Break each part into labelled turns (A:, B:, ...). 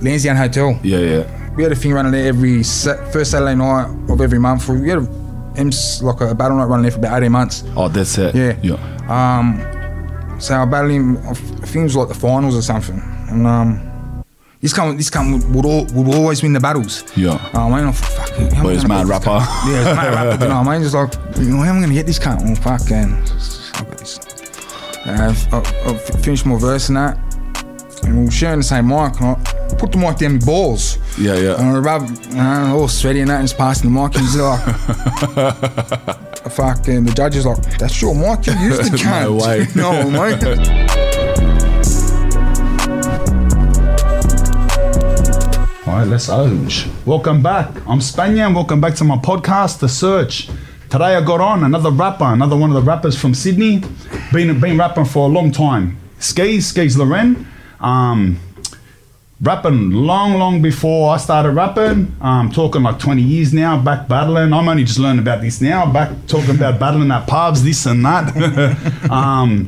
A: Lansdowne Hotel.
B: Yeah, yeah.
A: We had a thing running there every sa- first Saturday night of every month. We had a, M's- like a battle night running there for about 18 months.
B: Oh, that's it.
A: Yeah.
B: Yeah.
A: So I battled him. I think it was like the finals or something. And um, this cunt, this cunt would, would, all, would always win the battles.
B: Yeah.
A: Uh, I mean, I'm fucking. how am I
B: But it's
A: gonna
B: mad
A: beat this
B: rapper.
A: cunt? Yeah, it's mad rapper. You know, what I mean, just like, you know, how am I gonna get this cunt? Well, fucking. oh, I've got this. Uh, I, I, I finished my verse and that, and we were sharing the same mic. And I put the mic down my balls.
B: Yeah, yeah.
A: And I rub, and I'm all sweaty and that, and it's passing the mic, and he's like. Fucking the judge is like, that's your mic, you used the cunt.
B: No way.
A: no, mate.
C: All right, let's orange. Welcome back. I'm Spanyan. Welcome back to my podcast, The Search. Today I got on another rapper, another one of the rappers from Sydney. Been been rapping for a long time. Skis, Skis Loren. Um, rapping long, long before I started rapping. Um, talking like 20 years now, back battling. I'm only just learning about this now, back talking about battling at pubs, this and that. um,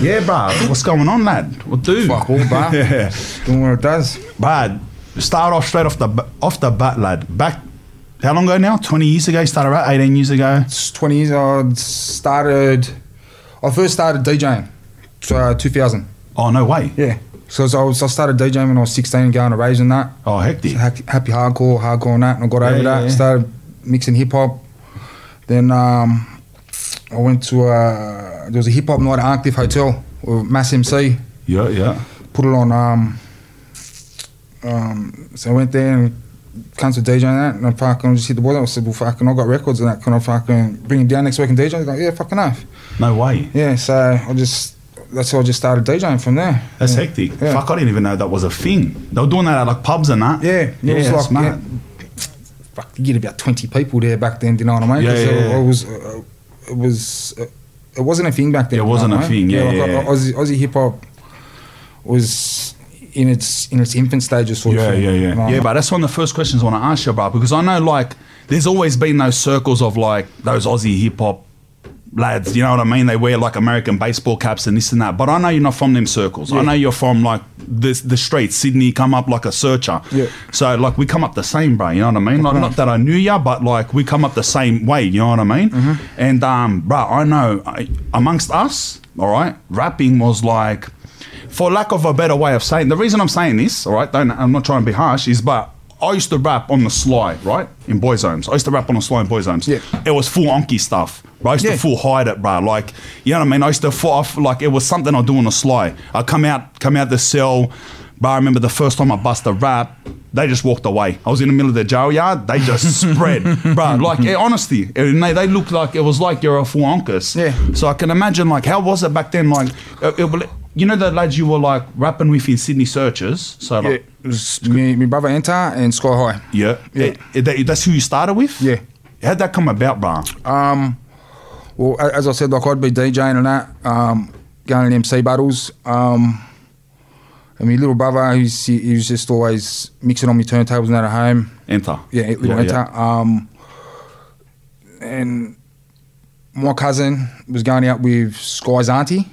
C: yeah, bruh, what's going on, lad? What do?
A: Fuck all, bruh.
C: yeah.
A: Doing what it does.
C: Bad. Start off straight off the ba- off the bat, lad. Back how long ago now? Twenty years ago. You started right. Eighteen years ago.
A: It's 20 years I started, I first started DJing, uh, 2000.
C: Oh no way.
A: Yeah. So, so I, was, I started DJing when I was 16, going to raves and that.
C: Oh hectic.
A: Happy, happy hardcore, hardcore and that, and I got
C: Yeah,
A: over
C: yeah,
A: that.
C: yeah.
A: Started mixing hip hop. Then um, I went to, uh, there was a hip hop night at Arncliffe Hotel with Mass MC.
C: Yeah, yeah.
A: put it on. Um, um, so I went there and cancelled DJing and that, and I fucking just hit the boys up. I said, "Well, fucking, I got records and that. Can I fucking bring it down next week and DJ?" He's like, "Yeah, fucking enough."
C: No way.
A: Yeah, so I just that's how I just started DJing from there.
C: That's
A: yeah.
C: hectic.
A: Yeah.
C: Fuck, I didn't even know that was a thing. They were doing that at like pubs and that.
A: Yeah, it
C: yeah.
A: was
C: that's
A: like-
C: mad.
A: Fuck, you get about twenty people there back then. Do you know what I mean?
C: Yeah,
A: 'Cause
C: yeah,
A: it,
C: yeah.
A: was, uh, it was, uh, it wasn't a thing back then.
C: It
A: do you know
C: wasn't
A: what
C: a
A: I mean?
C: thing, yeah,
A: like,
C: yeah,
A: uh,
C: yeah.
A: Aussie, Aussie hip hop was in its in its infant stages, sort
C: Yeah,
A: of. thing,
C: yeah,
A: you know
C: yeah.
A: what I
C: Yeah,
A: mean?
C: but that's one of the first questions I want to ask you about because I know like there's always been those circles of like those Aussie hip hop lads, you know what I mean? They wear like American baseball caps and this and that. But I know you're not from them circles. I know you're from like the the streets, Sydney, come up like a searcher.
A: Yeah.
C: So like we come up the same, bro, you know what I mean? Like not that I knew ya, but like we come up the same way, you know what I mean? And um, bro, I know I, amongst us, all right, rapping was like for lack of a better way of saying the reason I'm saying this, all right, don't, I'm not trying to be harsh, is but I used to rap on the sly, right, in boys' homes. I used to rap on the sly in boys' homes.
A: Yeah.
C: It was full onky stuff. Bro. I used
A: Yeah.
C: to full hide it, bro. Like, you know what I mean? I used to full, I f- like it was something I do on the sly. I come out, come out the cell. Bro, I remember the first time I bust a rap, they just walked away. I was in the middle of the jail yard. They just spread, bro. Like, eh, honestly, and they, they looked like it was like you're a full onkers.
A: Yeah.
C: So I can imagine, like, how was it back then? Like, it, it, will- you know, the lads you were like rapping with in Sydney Searchers. So,
A: Yeah, it
C: like,
A: was me, me brother Enter and Sky High.
C: yeah,
A: Yeah.
C: Eh, eh, that- that's who you started with.
A: Yeah.
C: How'd that come about, bro?
A: Um, well, a- as I said, like I'd be DJing and that, um, going to MC battles. Um, and my little brother, he's, he, he was just always mixing on my turntables and that at home.
C: Enter.
A: Yeah, little Enter. Um, and my cousin was going out with Sky's auntie.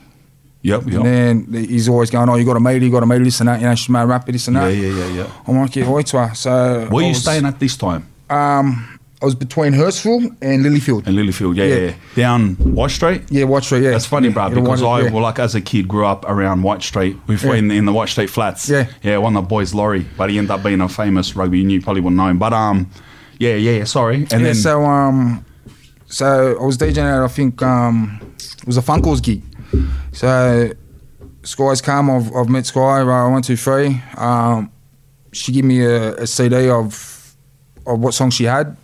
C: Yep. Yep.
A: And then he's always going, oh, you got to meet her, you got to meet her, this and that. You know, she's mad rapper, this and
C: Yeah,
A: that.
C: yeah, yeah, yeah.
A: I'm like, yeah, oi to her. So
C: Where
A: I
C: you
A: was-
C: staying at this time?
A: Um, I was between Hurstville and Lilyfield.
C: In Lilyfield, yeah,
A: Yeah.
C: yeah. yeah. Down White Street?
A: Yeah, White Street, yeah.
C: That's funny, bro,
A: Yeah,
C: because
A: White-
C: I,
A: yeah.
C: well, like as a kid, grew up around White Street. We were
A: Yeah.
C: in, in the White Street flats.
A: Yeah.
C: Yeah, one of the boys, Laurie, but he ended up being a famous rugby union, you probably wouldn't know him. But, um, yeah, yeah, yeah, sorry. And
A: yeah,
C: then,
A: so um, so I was DJing at I think um, it was a Funkles gig. So Sky's come. I've, I've met Sky. Uh, one two three. Um, she gave me a, a CD of of what song she had.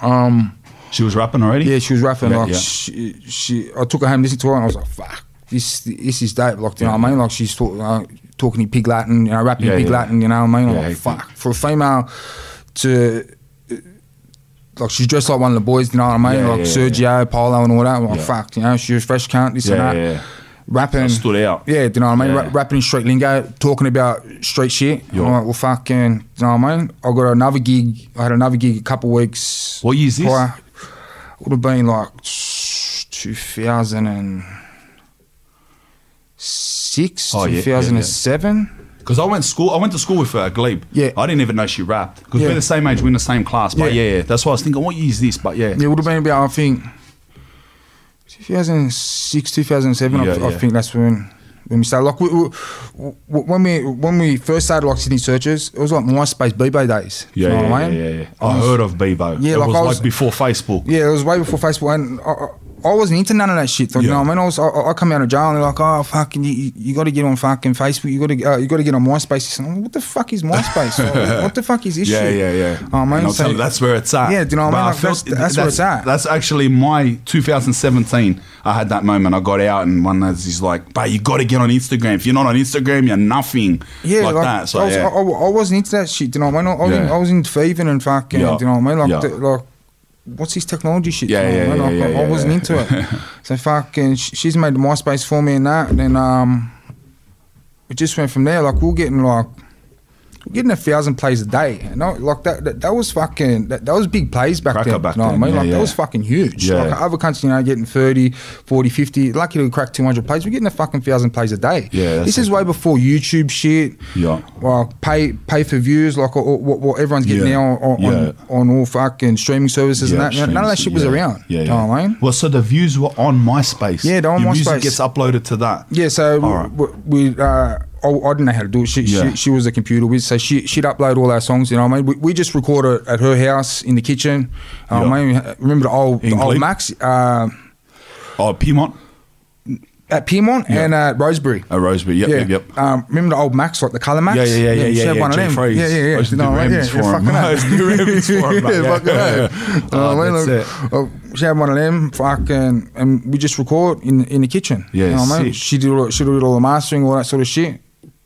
A: Um,
C: she was rapping already?
A: yeah, she was rapping.
C: Yeah,
A: like
C: yeah.
A: She, she, I took her home, listened to her, and I was like, "Fuck, this this is dope." Like, you know what I mean? Like she's talk, uh, talking in pig Latin, you know, rapping
C: Yeah,
A: in pig
C: yeah.
A: Latin. You know what I mean? I'm
C: Yeah,
A: like,
C: I think-
A: fuck, for a female to like she's dressed like one of the boys, you know what I mean?
C: Yeah,
A: like
C: yeah,
A: Sergio, Paulo, and all that. I'm like,
C: Yeah.
A: fuck, you know, she was fresh cunt, this and
C: Yeah,
A: that.
C: yeah, yeah.
A: Rapping.
C: So stood out.
A: Yeah, do you know what I mean?
C: Yeah.
A: Ra- rapping in street lingo, talking about street shit.
C: Yeah.
A: I'm like, well, fucking, do you know what I mean? I got another gig. I had another gig a couple weeks.
C: What year is this?
A: prior. Would have been like 2006,
C: Oh, yeah, yeah, yeah.
A: 2007.
C: Because I went school, I went to school with her, Glebe.
A: Yeah.
C: I didn't even know she rapped. Because
A: Yeah.
C: we're the same age, we're in the same class. But
A: Yeah.
C: yeah, yeah, that's why I was thinking, what year is this? But yeah,
A: It would have been about, I think, 2006, 2007.
C: Yeah,
A: I, I
C: yeah.
A: think that's when when we started. Like we, we, we- when we when we first started like Sydney Searchers, it was like MySpace B-Bay days.
C: yeah,
A: you know what
C: yeah,
A: I
C: yeah,
A: mean?
C: yeah, yeah. I heard of Bebo.
A: Yeah,
C: it
A: like
C: was,
A: I was-
C: like before Facebook.
A: Yeah, it was way before Facebook, and I, I, I wasn't into none of that shit. Like, You
C: Yeah.
A: know what I mean? I, was, I, I come out of jail and they're like, oh fucking, you- you, you got to get on fucking Facebook. You got to uh, you got to get on MySpace. And I'm like, what the fuck is MySpace? Like, what the fuck is this
C: Yeah,
A: shit?
C: yeah, yeah.
A: Oh, man,
C: And I'll
A: so-
C: tell you, that's where it's at.
A: Yeah, do you know what I mean?
C: But
A: Like,
C: felt-
A: that's- that's where it's at.
C: That's actually my 2017. I had that moment. I got out, and one of is like, "But you got to get on Instagram. If you're not on Instagram, you're nothing."
A: Yeah,
C: like, that. So
A: I, was,
C: yeah.
A: I, I, I wasn't into that shit. Do you know what I mean? I, I, was, in,
C: Yeah.
A: I was in thieving and fucking.
C: Yeah.
A: Do you know what I mean? Like,
C: Yeah.
A: the, like what's his technology shit? do you
C: Yeah,
A: know what
C: yeah,
A: I mean?
C: yeah,
A: Like,
C: yeah,
A: I, I
C: yeah,
A: wasn't
C: yeah.
A: into it. so fucking, sh- she's made MySpace for me and that. And then um, we just went from there. Like we we're getting like. we're Getting a thousand plays a day, and I, like that, that, that was fucking that, that was big plays back
C: Cracker
A: then.
C: back
A: you know
C: then,
A: what I mean?
C: yeah,
A: like
C: yeah.
A: that was fucking huge.
C: Yeah.
A: Like other cunts, you know, getting 30, 40, 50, lucky to crack two hundred plays. We're getting a fucking thousand plays a day.
C: Yeah, that's
A: this is way before YouTube shit
C: Yeah.
A: well, pay pay for views, like or, or, what what everyone's getting
C: Yeah.
A: now on, on,
C: Yeah.
A: on all fucking streaming services
C: Yeah,
A: and that. You know, None of that
C: streams,
A: shit was
C: yeah.
A: around.
C: Yeah,
A: you
C: yeah.
A: know what I mean?
C: Well, so the views were on MySpace.
A: Yeah, they're on
C: Your
A: MySpace.
C: music gets uploaded to that.
A: Yeah, so
C: All right.
A: w- we, uh, I, I didn't know how to do it. She,
C: Yeah.
A: she, she was a computer whiz, so she, she'd upload all our songs, you know what I mean? We, we just record it at her house in the kitchen. Uh,
C: Yeah.
A: I mean, remember the old,
C: In
A: the old
C: Glebe?
A: Max uh,
C: Oh, Piedmont,
A: at Piemont and at Rosebery.
C: a Rosebery. Yep,
A: Yeah.
C: yep, yep.
A: Um, remember the old Max, like the color Max?
C: Yeah, yeah, yeah, yeah,
A: she
C: yeah,
A: had
C: yeah.
A: one of them.
C: Jeffries.
A: Yeah, yeah, yeah.
C: I used to
A: You know
C: do
A: what I mean?
C: remix for 'em. I used to do remix for 'em,
A: Yeah,
C: mate. Yeah.
A: fucking oath. You know what I
C: Oh,
A: mean?
C: that's
A: Like, oh, She had one of them, fucking, and we just record in in the kitchen.
C: Yeah,
A: you know what I mean?
C: sick.
A: She did all, she did all the mastering, all that sort of shit.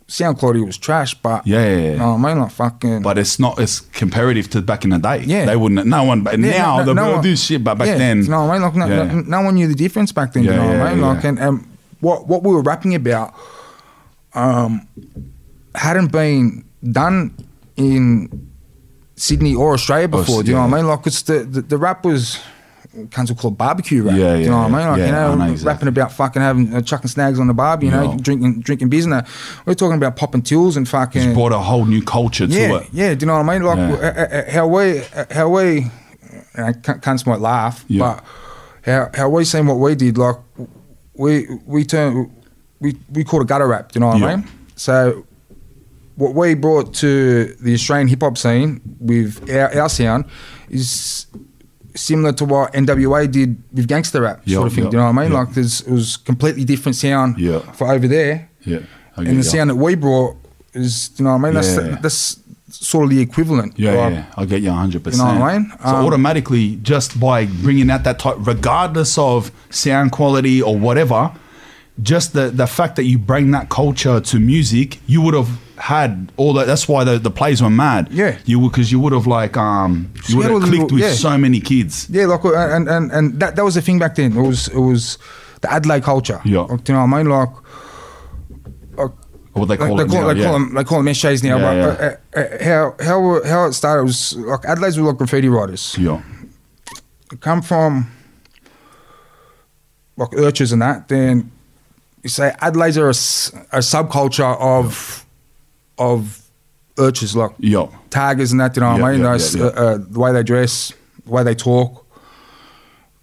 A: Sound quality was trash, but
C: Yeah, yeah, yeah.
A: you know what I mean? Like fucking,
C: But it's not as comparative to back in the day.
A: Yeah.
C: They wouldn't, no one, but
A: Yeah,
C: now
A: no-
C: they'll
A: no one-
C: do shit, but back
A: yeah,
C: then.
A: you know what I mean? Like, no,
C: Yeah.
A: no, no one knew the difference back then.
C: Yeah,
A: you know
C: yeah,
A: what I mean?
C: yeah,
A: Like,
C: yeah.
A: and, and what what we were rapping about, um, hadn't been done in Sydney or Australia
C: Or-
A: before. do you know
C: yeah.
A: what I mean? Like, it's the the, the rap was. Cunts will call it barbecue rap.
C: Yeah,
A: do
C: yeah,
A: you know what I
C: yeah.
A: mean? Like,
C: Yeah, I
A: you know,
C: know
A: rapping
C: exactly.
A: about fucking having uh, chucking snags on the barb, you know,
C: Yeah.
A: drinking drinking beers and that. We're talking about popping tills and fucking
C: It's brought a whole new culture to
A: yeah,
C: it.
A: Yeah, do you know what I mean? Like
C: Yeah.
A: uh, uh, uh, how we, uh, how we, and I can't, can't smart laugh,
C: Yeah.
A: but how how we seen what we did, like we we turned we we called a gutter rap. Do you know what
C: Yeah.
A: I mean? So what we brought to the Australian hip hop scene with our, our sound is similar to what NWA did with gangster rap,
C: Yeah,
A: sort of thing.
C: yeah,
A: do you know what I mean?
C: yeah.
A: Like there's, it was completely different sound
C: Yeah.
A: for over there
C: Yeah. I get
A: and the
C: ya.
A: sound that we brought is, you know what I mean? That's,
C: Yeah.
A: that's sort of the equivalent.
C: Yeah,
A: Like,
C: yeah, I get you 100%.
A: You know what I mean?
C: So
A: Um,
C: automatically, just by bringing out that type, regardless of sound quality or whatever, just the, the fact that you bring that culture to music, you would have had all that. That's why the, the plays were mad.
A: Yeah.
C: You because you would have like um
A: you
C: you would
A: had all
C: have
A: the
C: clicked
A: little-
C: with
A: yeah.
C: so many kids.
A: Yeah, like, uh, and, and, and that, that was the thing back then. It was, it was the Adelaide culture.
C: Yeah.
A: Like, do you know what I mean? Like, like,
C: Or what they
A: like
C: call
A: they,
C: it.
A: call,
C: now,
A: they,
C: yeah.
A: call them, they call them SJs now,
C: Yeah,
A: but uh, uh, uh, how, how, how it started was like Adelaide's were like graffiti writers.
C: yeah.
A: come from like urchins and that, then you say Adelaide's are a, s- a subculture of of urchins, like
C: Yeah.
A: tigers and that. You know what
C: Yeah,
A: I mean?
C: yeah,
A: Those,
C: yeah, yeah.
A: Uh, uh, the way they dress, the way they talk.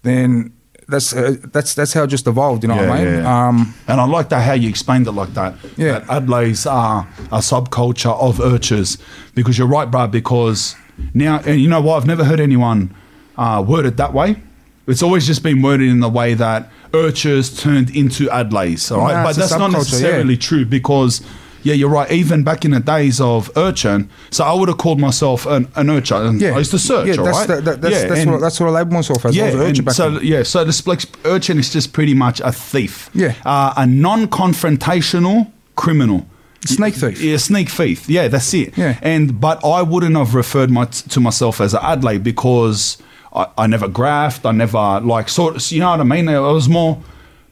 A: Then that's uh, that's that's how it just evolved. You know
C: Yeah,
A: what I mean?
C: yeah, yeah.
A: Um,
C: And I like that how you explained it like that.
A: Yeah.
C: That Adelaide's are a subculture of urchers because you're right, bruh, because now, and you know what? I've never heard anyone uh, word it that way. It's always just been worded in the way that urchers turned into Adelaide's, all right?
A: Nah,
C: but
A: it's a
C: that's not
A: subculture, yeah.
C: necessarily true because, yeah, you're right. Even back in the days of urchin, so I would have called myself an, an urchin. And
A: yeah,
C: I used to Oh, search,
A: Yeah,
C: all
A: that's
C: right?
A: that, that, that's,
C: Yeah,
A: that's,
C: and-
A: what, that's what I labelled myself as. I was an urchin
C: and
A: back
C: so
A: then.
C: yeah, so the splex urchin is just pretty much a thief.
A: Yeah.
C: uh, a non-confrontational criminal.
A: Snake thief.
C: Yeah, sneak thief. Yeah, that's it.
A: Yeah.
C: and but I wouldn't have referred my, to myself as an Adelaide because I, I never graft. I never like sort. of- You know what I mean? I was more.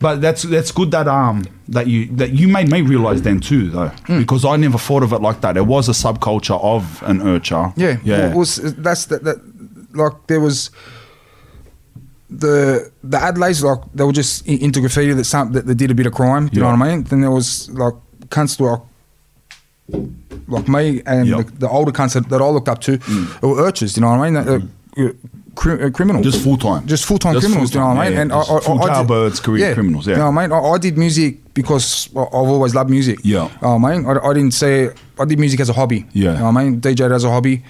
C: But that's that's good that um that you that you made me realize then too though
A: Hmm.
C: because I never thought of it like that. It was a subculture of an urcher.
A: Yeah,
C: yeah.
A: It was that's that, that like there was the the Adelaide's like they were just i- into graffiti that some that they did a bit of crime. Do you
C: Yeah.
A: know what I mean? Then there was like cunts like like me and
B: Yep.
A: the, the older cunts that, that I looked up to
B: Mm.
A: were urchers. You know what I mean? That, uh, cri- uh, criminal,
B: Just full-time.
A: just full time
B: Just
A: criminals. You know what I
B: full-time,
A: mean?
B: yeah,
A: and
B: yeah.
A: I, I, I,
B: Full
A: I did-
B: childbirths, career criminals, yeah.
A: You know what I mean? I, I did music because I, I've always loved music.
B: Yeah.
A: Oh, man, I, I didn't say I did music as a hobby.
B: Yeah.
A: You know what I mean? DJed as a hobby.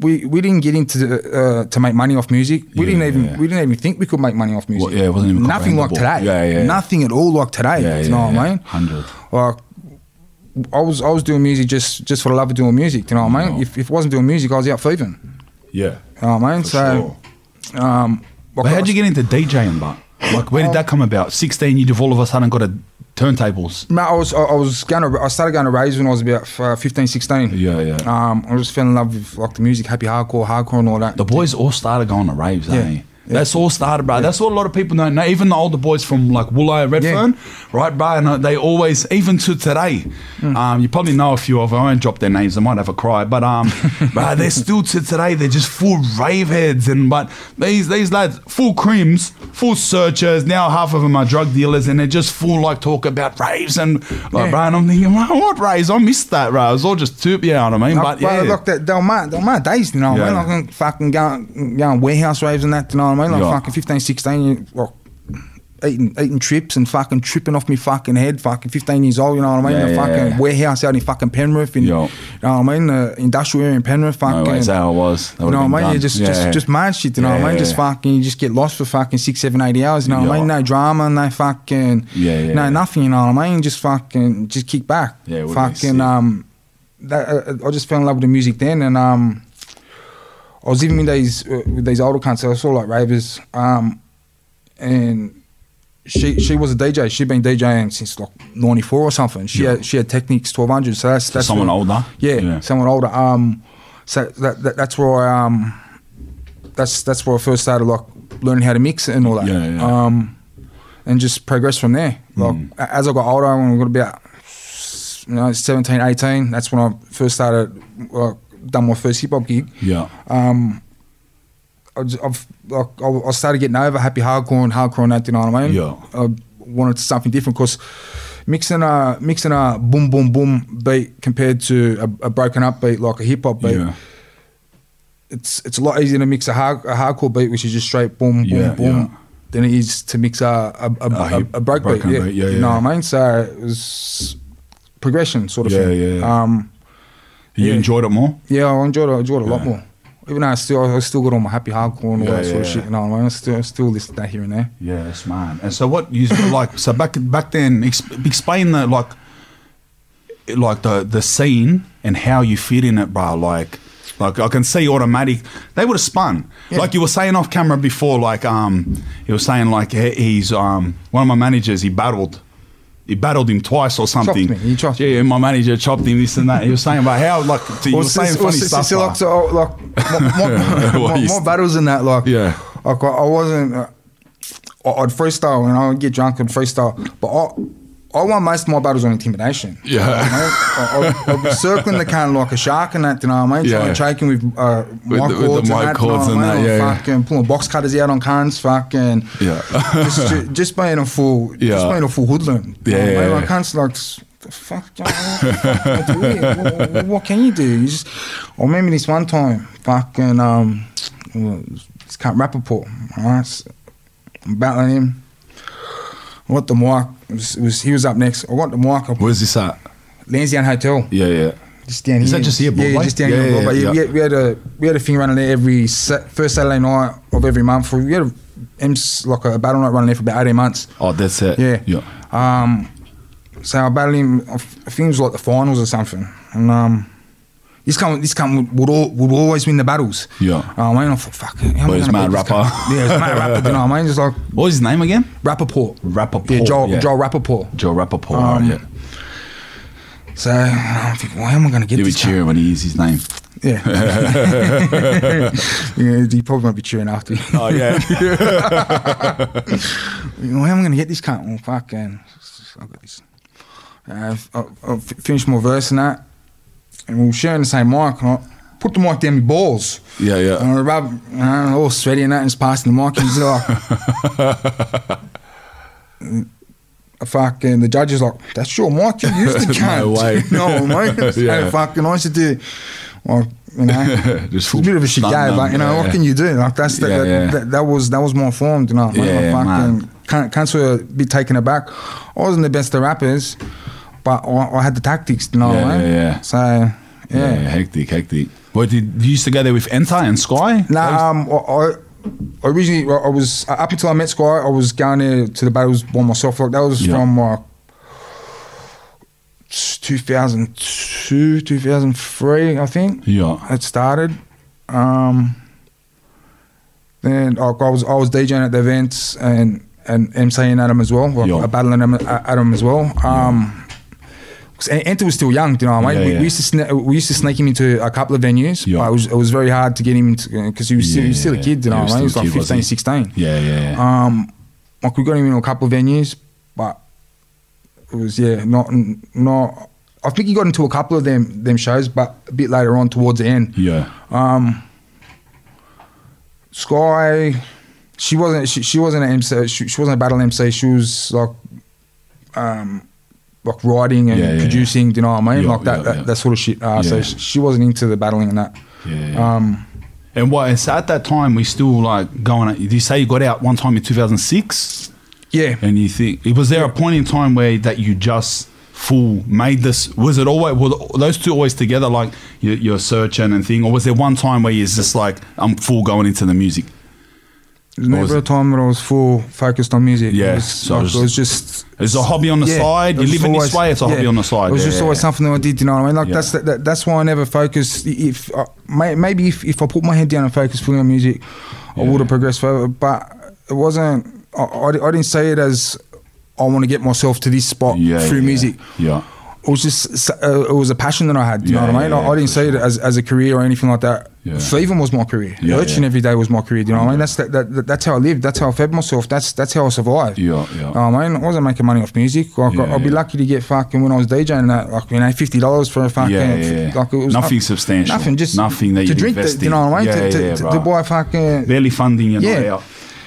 A: We, we didn't get into the, uh, to make money off music. We
B: Yeah,
A: didn't even
B: yeah.
A: we didn't even think we could make money off music.
B: Well, yeah, it wasn't even
A: nothing like today.
B: comprehensible. Yeah, yeah.
A: Nothing at all like today.
B: Yeah,
A: you
B: yeah,
A: know what I
B: yeah.
A: mean?
B: 100.
A: Like I was I was doing music just just for the love of doing music. You know what I mean?
B: No.
A: If, if I wasn't doing music, I was out thieving.
B: Yeah.
A: You know what I mean?
B: For
A: so um,
C: But how'd you get into DJing, but like, where did that come about? 16, you have all of a sudden got a turntables.
A: Mate, I was I I was going to I started going to raves when I was about uh, 15, 16.
B: Yeah, yeah.
A: Um, I just fell in love with like the music, happy hardcore, hardcore, and all that.
C: The boys all started going to raves,
A: Yeah.
C: eh? That's all started, bro. That's what a lot of people don't know. Even the older boys from like Woolo, Redfern, right, bro? And uh, they always, even to today,
A: Hmm.
C: um, you probably know a few of them. I won't drop their names. I might have a cry, but um, bro, they're still to today. They're just full rave heads, and but these these lads, full crims, full searchers. Now half of them are drug dealers, and they're just full like talk about raves and like,
A: Yeah.
C: bro. And I'm thinking, "Wow, what raves? I missed that, bro. It was all just too, you know what I mean?
A: Like,
C: But yeah,
A: bro, like that, they're my, they're my days, you know what I
C: Yeah.
A: mean? I can fucking go, go on warehouse raves and that, you know what I mean? Like
C: Yeah.
A: fucking 15, 16, you- like, eating, eating trips and fucking tripping off me fucking head, fucking 15 years old, you know what I mean?
B: Yeah,
A: the
B: yeah,
A: fucking
B: yeah.
A: warehouse out in fucking Penrith, in,
B: Yeah.
A: you know what I mean? The industrial area in Penrith,
B: No
A: fucking.
B: way, is that how it was? That
A: you know
B: would've
A: what I
B: been
A: mean? You
B: done.
A: just,
B: Yeah,
A: just,
B: yeah.
A: just mad shit. You know what I
B: Yeah,
A: mean? Just
B: yeah.
A: fucking, you just get lost for fucking six, seven, eight hours. You know what I
B: Yeah.
A: mean? No drama, no fucking,
B: Yeah, yeah,
A: no
B: yeah.
A: nothing. You know what I mean? Just fucking, just kick back.
B: Yeah, it would've been
A: fucking.
B: sick.
A: Um, that, uh, I just fell in love with the music then, and um, I was even with these uh, with these older cunts. that I saw like ravers, um, and she she was a DJ. She'd been DJing since like '94 or something. She had, she had Technics 1200. So that's that's
C: someone
A: when-
C: older?
A: Yeah,
C: Yeah.
A: someone older. Um, so that, that that's where I, um, that's that's where I first started like learning how to mix and all that.
B: Yeah, Mm. yeah.
A: Um, and just progress from there. Like a- as I got older, when I got about you know 17, 18, that's when I first started like done my first hip hop gig.
B: Yeah.
A: Um, I just, I've like I, I started getting over happy hardcore and hardcore and that. You know what I mean?
B: Yeah.
A: I wanted something different because mixing a mixing a boom boom boom beat compared to a, a broken up beat like a hip hop beat.
B: Yeah.
A: It's it's a lot easier to mix a, hard, a hardcore beat which is just straight boom boom
B: Yeah,
A: boom
B: yeah.
A: than it is to mix a a, a,
B: A
A: a,
B: hip-
A: a broke beat.
B: broken
A: Yeah.
B: beat, yeah,
A: you
B: yeah.
A: know what I mean? So it was progression sort of
B: Yeah,
A: thing.
B: yeah, yeah.
A: Um,
C: you
A: Yeah.
C: enjoyed it more.
A: yeah, I enjoyed it. I enjoyed it a lot
B: Yeah.
A: more. Even though I still, I still got all my happy hardcore and all
B: Yeah,
A: that sort of
B: yeah,
A: shit.
B: yeah.
A: You know what I mean? I still, I still listen to that here and there.
C: Yeah, that's mine. And so what you like? So back back then, exp- explain the like, like the the scene and how you fit in it, bro. Like, like I can see automatic. They would have spun.
A: Yeah.
C: Like you were saying off camera before. Like um, you were saying like he- he's um one of my managers. He battled. He battled him twice or something.
A: me. He chopped
C: yeah,
A: me.
C: yeah, my manager chopped him this and that. He was saying about how like you were
A: Well,
C: saying
A: since-
C: funny
A: well, since-
C: stuff.
A: since,
C: bro.
A: like, so, like, more, more,
B: What
A: more,
B: you
A: more
B: s-
A: battles than that. Like,
B: Yeah.
A: like I I wasn't. Uh, I- I'd freestyle and I'd get drunk and freestyle, but I, I won most of my battles on intimidation.
B: Yeah.
A: I, I, I'd be circling the can like a shark and that, you know what I mean?
B: Yeah.
A: Yeah. Choking with uh,
B: the-
A: mic
B: with the
A: cords and that, you know what
B: mic cords
A: I
B: and
A: mean?
B: that,
A: Or
B: yeah, yeah.
A: fucking pulling box cutters out on cans, fucking
B: Yeah.
A: just, ju- just being a fool, just
B: Yeah.
A: being a fool hoodlum.
B: Yeah,
A: you know what I
B: yeah,
A: mean?
B: yeah.
A: Like cunts like. s- The fuck, you know, what, the fuck can I do here? what, what can you do? You just, I remember this one time, fucking um, this cunt Rappaport, alright. So I'm battling him. I got the mic. It was, it was, he was up next. I got the mic. I
B: Where's this at?
A: Lansdowne Hotel.
B: Yeah, yeah.
A: Just down
C: Is
A: here.
C: that just here,
A: Yeah,
C: Broadway?
A: just down
B: Yeah,
A: here. on
B: yeah,
A: Broadway.
B: yeah.
A: Yeah, we, had, we had a we had a thing running there every sa- first Saturday night of every month. We had a, M's- like a battle night running there for about eighteen months.
B: Oh, that's it.
A: Yeah.
B: Yeah.
A: Um, so I battled him. I f- I think it was like the finals or something. And um, this come this come would would, al would always win the battles.
B: Yeah.
A: Uh, I mean, I thought, fuck. How am I
B: Well, he's
A: gonna
B: mad
A: beat this
B: rapper.
A: cunt? Yeah, he's mad rapper. You know what I mean? Just like
C: What was his name again?
A: Rappaport.
C: Rappaport,
A: Yeah, Joel,
B: yeah.
A: Joel Rappaport.
B: Joe Rappaport.
A: Um,
B: yeah.
A: So I'm thinking, well, how am I going to get
B: They were
A: this? cunt?
B: cheering when he hears his name.
A: Yeah. yeah. He probably won't be cheering after me.
B: Oh, yeah.
A: you know, how am I going to get this oh, cunt? Well, fucking, I um, got this. Uh, I, I, I finished my verse and that, and we were sharing the same mic, and I put the mic down my balls.
B: Yeah, yeah.
A: And Uh, I rub, and I'm all sweaty and that, and it's passing the mic, and he's like, fucking the judge is like, that's your mic, you used the cunt.
C: No way.
A: no, mate.
C: Yeah.
A: And fucking I said to you, well, you know,
C: Just
A: it's a bit of a shit
C: full
A: game,
C: stunned
A: but you know,
C: numb,
A: what
C: yeah.
A: can you do? Like that's the,
C: Yeah,
A: that,
C: yeah.
A: That, that was that was more formed, you know. Mate,
C: Yeah,
A: like,
C: man.
A: fucking can't can't sort of be taken aback. I wasn't the best of rappers, but I, I had the tactics, you know,
C: Yeah,
A: mate.
C: yeah, yeah.
A: So yeah.
C: Yeah, hectic, hectic. What did you used to go there with Enta and Sky?
A: Nah, um, I, I originally well, I was uh, up until I met Squire, I was going there to the battles by myself. Like that was
C: Yeah.
A: from uh, 2002, 2003, I think.
C: Yeah.
A: It started. Um, then like, I was I was DJing at the events and and MCing Adam as well, well
C: Yeah.
A: uh, battling Adam, uh, Adam as well. Um, 'cause An- Enter was still young, do you know, mate.
C: Yeah,
A: we,
C: yeah.
A: we used to sne- we used to sneak him into a couple of venues.
C: Yeah.
A: But it was it was very hard to get him because he was still he was still a
C: Yeah.
A: kid, do you
C: He
A: know,
C: was
A: mate. He was
C: still a
A: like
C: kid, was
A: 15,
C: he?
A: 16.
C: Yeah, yeah, yeah.
A: Um, like we got him in a couple of venues, but it was yeah, not not. I think he got into a couple of them them shows, but a bit later on towards the end.
C: yeah.
A: Um, Sky, she wasn't she, she wasn't an MC. She, she wasn't a battle MC. She was like, um, like writing and
C: Yeah, yeah,
A: producing. Do you know what I mean?
C: Yeah,
A: like that,
C: yeah,
A: that
C: yeah.
A: that sort of shit. Uh, So
C: Yeah.
A: sh- she wasn't into the battling and that.
C: Yeah.
A: Um,
C: And what? And so at that time, we still like going. At, did you say you got out one time in 2006?
A: yeah.
C: And you think was there a point in time where that you just full made this? Was it always were those two always together? Like you, you're searching and thing, or was there one time where you're just like I'm full going into the music?
A: There's
C: was
A: never a time when I was full focused on music.
C: Yeah,
A: It was,
C: so
A: like,
C: it was-
A: it was just.
C: It's a hobby on the side.
A: it
C: You
A: was
C: live in this way. It's a hobby on the side.
A: It was
C: Yeah,
A: just
C: yeah,
A: always
C: yeah.
A: something I did. You know what I mean? Like
C: Yeah.
A: that's that, that, that's why I never focused. If I, may, maybe if, if I put my head down and focused fully on music, I would have progressed further. But it wasn't. I, I, I didn't see it as I want to get myself to this spot through music.
C: Yeah.
A: It was just s- uh, it was a passion that I had. You
C: Yeah,
A: know what I mean?
C: yeah,
A: I, I
C: yeah,
A: didn't
C: for
A: see it as, as a career or anything like that.
C: Yeah.
A: Thieving was my career.
C: Yeah,
A: Lurching
C: yeah.
A: every day was my career. You know what I mean? That's that, that, that- that's how I lived. That's how I fed myself. That's that's how I survived.
C: Yeah, yeah.
A: Know what I mean, I wasn't making money off music. Like,
C: Yeah,
A: I'd be
C: yeah.
A: lucky to get fucking when I was DJing that, like you know, fifty dollars for a fucking
C: Yeah, yeah, yeah.
A: like it was
C: Nothing substantial.
A: Nothing, just
C: Nothing that
A: to
C: you'd
A: drink.
C: invest
A: you know
C: in.
A: what I mean?
C: Yeah,
A: to, to,
C: yeah,
A: to,
C: right.
A: buy fucking.
C: Barely funding your
A: Yeah.
C: night out.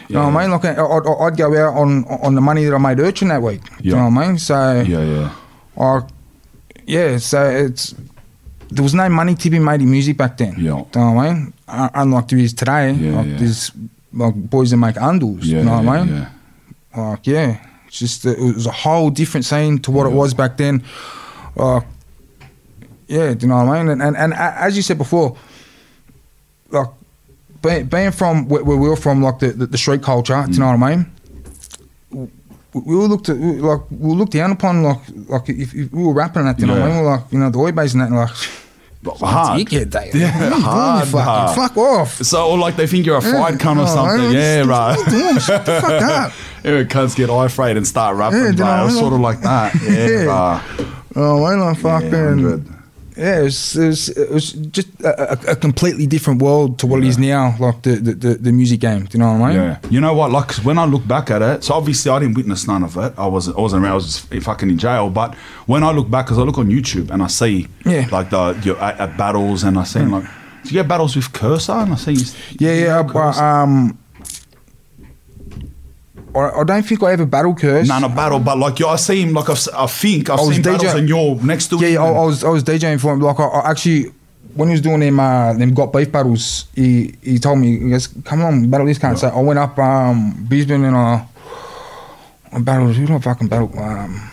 A: You know what I mean? Like I- I'd, I'd go out on on the money that I made urchin that week. You
C: Yeah.
A: know what I mean? So
C: Yeah, yeah.
A: or yeah, so it's there was no money to be made in music back then.
C: Yeah.
A: You know what I mean? Un- Unlike there is today,
C: Yeah,
A: like
C: yeah.
A: there's like boys that make undos.
C: Yeah,
A: you know what I
C: yeah,
A: mean?
C: yeah.
A: Like yeah, it's just that it was a whole different scene to what it was back then. Like yeah, do you know what I mean? And and, and a- as you said before, like being, being from where, where we were from, like the, the, the street culture, do you know what I mean? We we were looked at, we- like we were looked down upon like like if, if we were rapping and that, you know, what I
C: Yeah.
A: mean? we were like you know the oil base and that, and like
C: But hard.
A: you get that,
C: Yeah,
A: What are you doing,
C: hard,
A: you fucking
C: hard.
A: fuck off.
C: So, or like they think you're a fried
A: Yeah,
C: cunt
A: no,
C: or something.
A: man,
C: Yeah,
A: just-
C: right.
A: What are you doing? Shut the fuck up.
C: Yeah, cunts get eye frayed and start rapping,
A: Yeah,
C: yeah,
A: do you know what I mean?
C: Sort of like that. Yeah,
A: Yeah.
C: bruh.
A: Oh, I know, fucking.
C: Yeah,
A: Yeah,
C: 100.
A: it, was, it, was, it was just a, a, a completely different world to what it is now, like the, the, the, the music game. Do you know what I mean?
C: Yeah. You know what? Like 'cause when I look back at it, so obviously I didn't witness none of it. I wasn't. I wasn't around. I was just fucking in jail. But when I look back, because I look on YouTube and I see
A: Yeah. Mm.
C: like the your, at, at battles, and I see like. Do you get battles with cursor? And I see. you-
A: Yeah, yeah.
C: Cursor.
A: But, um, I, I don't think I ever battle curse.
C: No, not battle, but like, yeah, I see him. Like, I've, s- I think I've
A: I was
C: seen battles,
A: DJ
C: and you're next to
A: Yeah,
C: him.
A: yeah. I, I was I was DJing for him. Like I, I actually. When he was doing them, uh, them got beef battles, he he told me, he goes, "Come on, battle this kind." So I went up um, Brisbane and I, I battled. Who did I fucking battle? Um,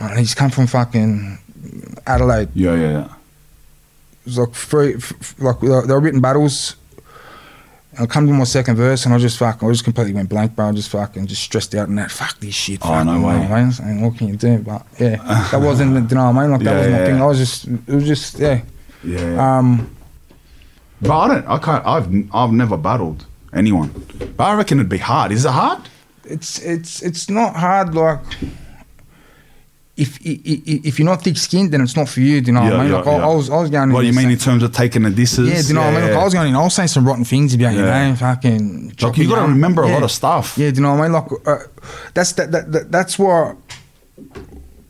A: man, he's come from fucking Adelaide.
C: yeah, yeah, yeah.
A: it was like three, f- f- like they were written battles. And I come to my second verse, and I just fucking, I just completely went blank, bro. I just fucking just stressed out and that fuck this shit.
C: Oh,
A: fuck,
C: no
A: you know
C: way.
A: what I mean? And what can you do? But yeah, that wasn't, you know what I mean? Like that
C: Yeah,
A: was my
C: yeah,
A: thing.
C: yeah.
A: I was just, it was just, yeah.
C: Yeah, yeah.
A: Um,
C: But I don't. I can't. I've I've never battled anyone. But I reckon it'd be hard. Is it hard?
A: Mm. it's it's it's not hard. Like if i- i- i- if you're not thick-skinned, then it's not for you. Do you know what I mean? like I, I was, I was going.
C: What do
A: in
C: you
A: the
C: mean in
A: same-
C: terms of taking the disses?
A: Yeah, do you know what I mean? Like, I was going in, I was saying some rotten things about you,
C: Yeah.
A: know, fucking.
C: Like, you
A: chopping
C: got to
A: up.
C: remember a lot
A: Yeah.
C: of stuff.
A: Yeah, do you know what I mean? Like, uh, that's that, that, that that's what.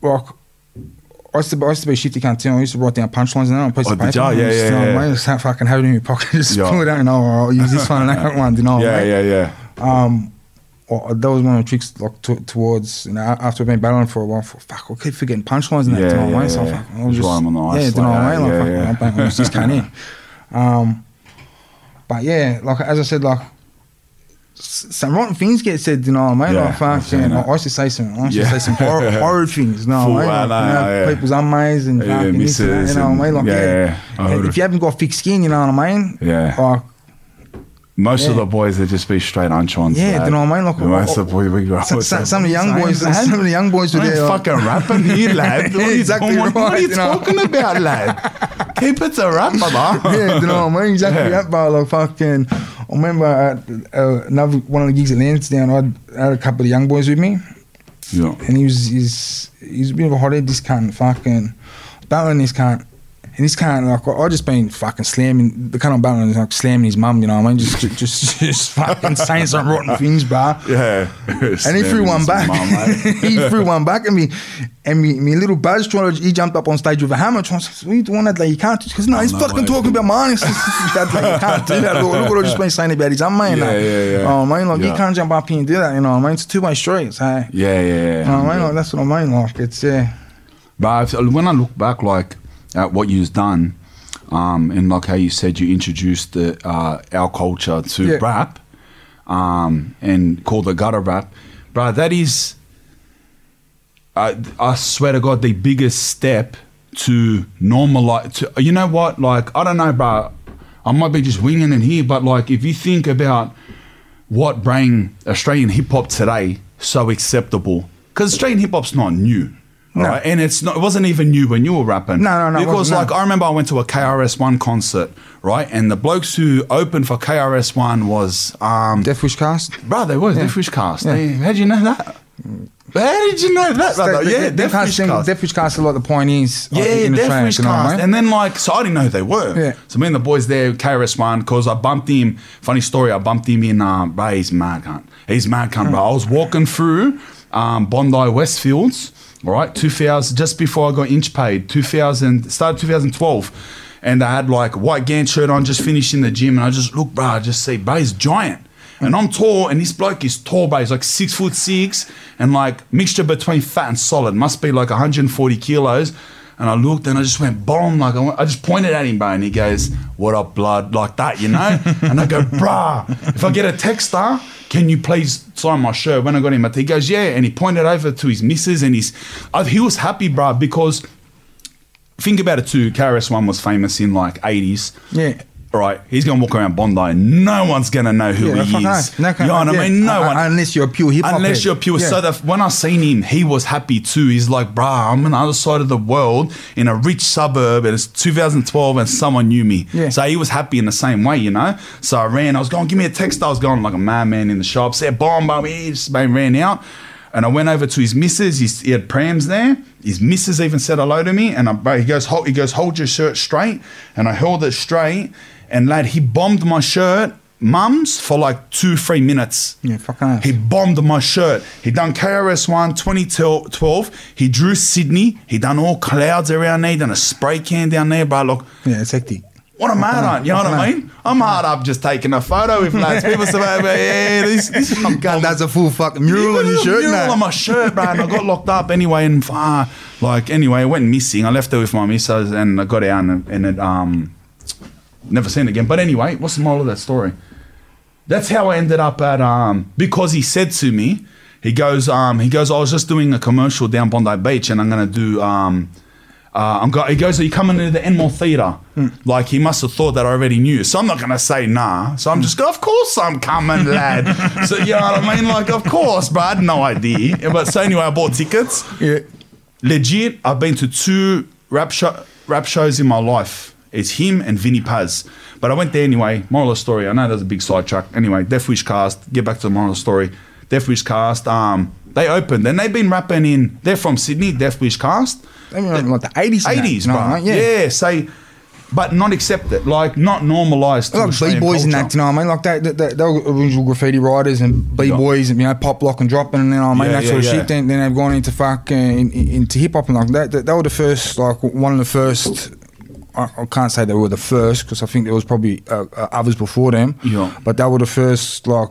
A: Like, I used to, be- I used to be a shifty cunt too. I used to write down punchlines and that on a piece
C: Oh,
A: of
C: did
A: paper.
C: ya? Yeah,
A: Just,
C: yeah,
A: you know what
C: yeah.
A: I mean? Just have fucking have it in your pocket. Just
C: Yeah.
A: pull it out and oh, I'll use this one and that one. Do you know what I
C: yeah,
A: mean?
C: yeah, yeah.
A: Um, well, that was one of the tricks like t- towards you know a- after I've been battling for a while. For, fuck, I keep forgetting punchlines and that.
C: Yeah,
A: Yeah, yeah,
C: yeah,
A: So
C: yeah.
A: fuck, I
C: Just
A: was just
C: rhyme on the ice
A: yeah,
C: like
A: deny
C: that,
A: like,
C: yeah,
A: fuck,
C: yeah.
A: I bang, I just can't hear. Um, but yeah, like as I said, like s- some rotten things get said, you know, mate.
C: Yeah,
A: like
C: I've
A: fuck,
C: seen
A: yeah, like,
C: that.
A: I used to say some, I used
C: Yeah.
A: to say some horrid, horrid things, you know,
C: Fool,
A: mate.
C: I
A: Like,
C: know,
A: you know,
C: yeah.
A: people's unmates and
C: Yeah,
A: fucking this and that,
C: missus
A: you know,
C: and-
A: mate. Like,
C: yeah, yeah,
A: yeah,
C: I heard
A: if you haven't got thick skin, you know what I mean?
C: Yeah.
A: Like,
C: Most of
A: Yeah.
C: the boys they just be straight anchons.
A: Yeah,
C: lad.
A: do you know what I mean? Like,
C: most
A: oh,
C: of the boys we grow up
A: some,
C: with
A: some,
C: them.
A: some of the young
C: Same,
A: boys,
C: same.
A: some of the young boys were
C: I ain't
A: there. like-
C: fucking rapping here, lad. What are you,
A: Exactly
C: what, what are
A: right,
C: you
A: you know.
C: talking about, lad? Keep it to rap, brother.
A: yeah, you know what I mean? Exactly
C: Yeah.
A: that, bro. Like, fucking, I remember at uh, another one of the gigs at Lansdowne, I'd, I had a couple of young boys with me,
C: Yeah.
A: and he was he's, he's a bit of a hothead, this cunt, fucking, battling this cunt. And this cunt, like, I, I just been fucking slamming, the cunt I'm battling is like slamming his mum, you know what I mean? Just, just, just, just fucking saying some rotten things, bro.
C: Yeah.
A: And he threw one back. he threw one back at me. And me, me little Baz trying to, he jumped up on stage with a hammer trying to say, What are you doing that? Like, you can't. Because, no, he's
C: no
A: fucking
C: way.
A: talking about mine. It's just- that, like, you can't do that. Look, look what I've just been saying about his own man.
C: Yeah,
A: like,
C: yeah, yeah.
A: Oh, man, like,
C: Yeah.
A: you can't jump up here and do that. You know what I mean? It's a two way street. So, you
C: yeah, yeah,
A: know
C: yeah.
A: what I mean? Like, that's what I mean. Like, it's, yeah.
C: But if- when I look back, like at what you've done, um, and like how you said you introduced the, uh, our culture to
A: Yeah.
C: rap, um, and called the gutter rap, bro, that is, I, I swear to God, the biggest step to normalize. To you know what, like I don't know, bro, I might be just winging it here, but like if you think about what bring Australian hip hop today so acceptable? Because Australian hip hop's not new.
A: No.
C: Right? And it's not, it wasn't even new when you were rapping.
A: No, no, no, it
C: Because,
A: wasn't, no.
C: like, I remember I went to a KRS1 concert, right? And the blokes who opened for KRS1 was, um,
A: Death Wish Cast.
C: bro, they were Death Wish Cast. They- how'd you know that? How did you know that, brother?
A: They- they-
C: yeah,
A: Mm. they
C: Death
A: can't
C: Wish
A: sing-
C: Cast.
A: Death Wish Cast are like the pioneers. uh,
C: Yeah,
A: in
C: Death
A: Australia,
C: Wish
A: you know what I
C: cast.
A: mean?
C: And then, like, so I didn't know who they were.
A: Yeah.
C: So me and the boys there, KRS One, because I bumped him. Funny story, I bumped him in, uh, bro, he's mad cunt. He's mad cunt, bro. I was walking through um, Bondi Westfields, all right, 2000, just before I got inch paid, 2000, started 2012. And I had like white Gant shirt on, just finishing the gym. And I just look, bro, I just see, bro, he's giant. And I'm tall, and this bloke is tall, bro. He's like six foot six, and like mixture between fat and solid. Must be like 140 kilos. And I looked, and I just went bomb. Like I, went, I just pointed at him, bro, and he goes, "What up, blood?" Like that, you know. and I go, "Bruh, if I get a texter, can you please sign my shirt?" When I got him, he goes, "Yeah," and he pointed over to his missus, and he's, I, he was happy, bruh, because think about it too. KRS One was famous in like eighties.
A: Yeah.
C: Right, he's gonna walk around Bondi, and no one's gonna know who
A: Yeah,
C: he
A: fuck
C: is.
A: no. No,
C: you know what
A: yeah.
C: I mean? No
A: Un-
C: one.
A: Uh, Unless you're a pure hip hop.
C: Unless you're pure. So that when I seen him, he was happy too. He's like, "Bruh, I'm on the other side of the world in a rich suburb, and it's 2012, and someone knew me."
A: Yeah.
C: So he was happy in the same way, you know. So I ran. I was going, "Give me a text." I was going like a madman in the shop. Said, "Bomb, bomb!" He just bang, ran out. And I went over to his missus. His, he had prams there. His missus even said hello to me. And I, bro, he goes, hold, he goes, hold your shirt straight. And I held it straight. And lad, he bombed my shirt, mums, for like two, three minutes.
A: Yeah, fucking hell.
C: He bombed my shirt. He done KRS1 2012. He drew Sydney. He done all clouds around there. He done a spray can down there, bro. Look,
A: Yeah, it's hectic.
C: what am I on? You know what I mean? I'm hard up just taking a photo with lads. People say, "Hey, man, yeah, this, this I'm
A: God, that's a full fucking mural
C: yeah,
A: on your
C: little
A: shirt
C: mural
A: now.
C: on my shirt, bro. And I got locked up anyway, and uh, like anyway, it went missing. I left it with my missus, and I got out, and, and it um, never seen it again. But anyway, what's the moral of that story? That's how I ended up at um because he said to me, he goes um he goes I was just doing a commercial down Bondi Beach, and I'm gonna do um. Uh, I'm go- he goes, Are you coming to the Enmore Theatre? Like, he must have thought that I already knew. So I'm not going to say nah. So I'm just going, Of course I'm coming, lad. so, you know what I mean? Like, of course, but I had no idea. But so anyway, I bought tickets.
A: Yeah.
C: Legit, I've been to two rap, sho- rap shows in my life. It's him and Vinny Paz. But I went there anyway. Moral of the story. I know that's a big sidetrack. Anyway, Death Wish Cast. Get back to the moral of the story. Death Wish Cast. Um, they opened and they've been rapping in. They're from Sydney. Death Wish Cast.
A: I mean, like the 80s. and that,
C: Eighties,
A: you know
C: bro.
A: what I mean?
C: yeah. say, but not accepted, like not normalized. To
A: like B
C: Australian
A: boys and
C: culture.
A: that, you know what I mean? Like that, that, that they were original graffiti writers and B boys and you know pop lock and dropping and then I mean
C: Yeah,
A: that
C: yeah,
A: sort of
C: yeah.
A: shit. Then, then they've gone into fucking in, in- into hip hop and like that, that. They were the first, like one of the first. I, I can't say they were the first because I think there was probably uh, uh, others before them.
C: Yeah.
A: But they were the first like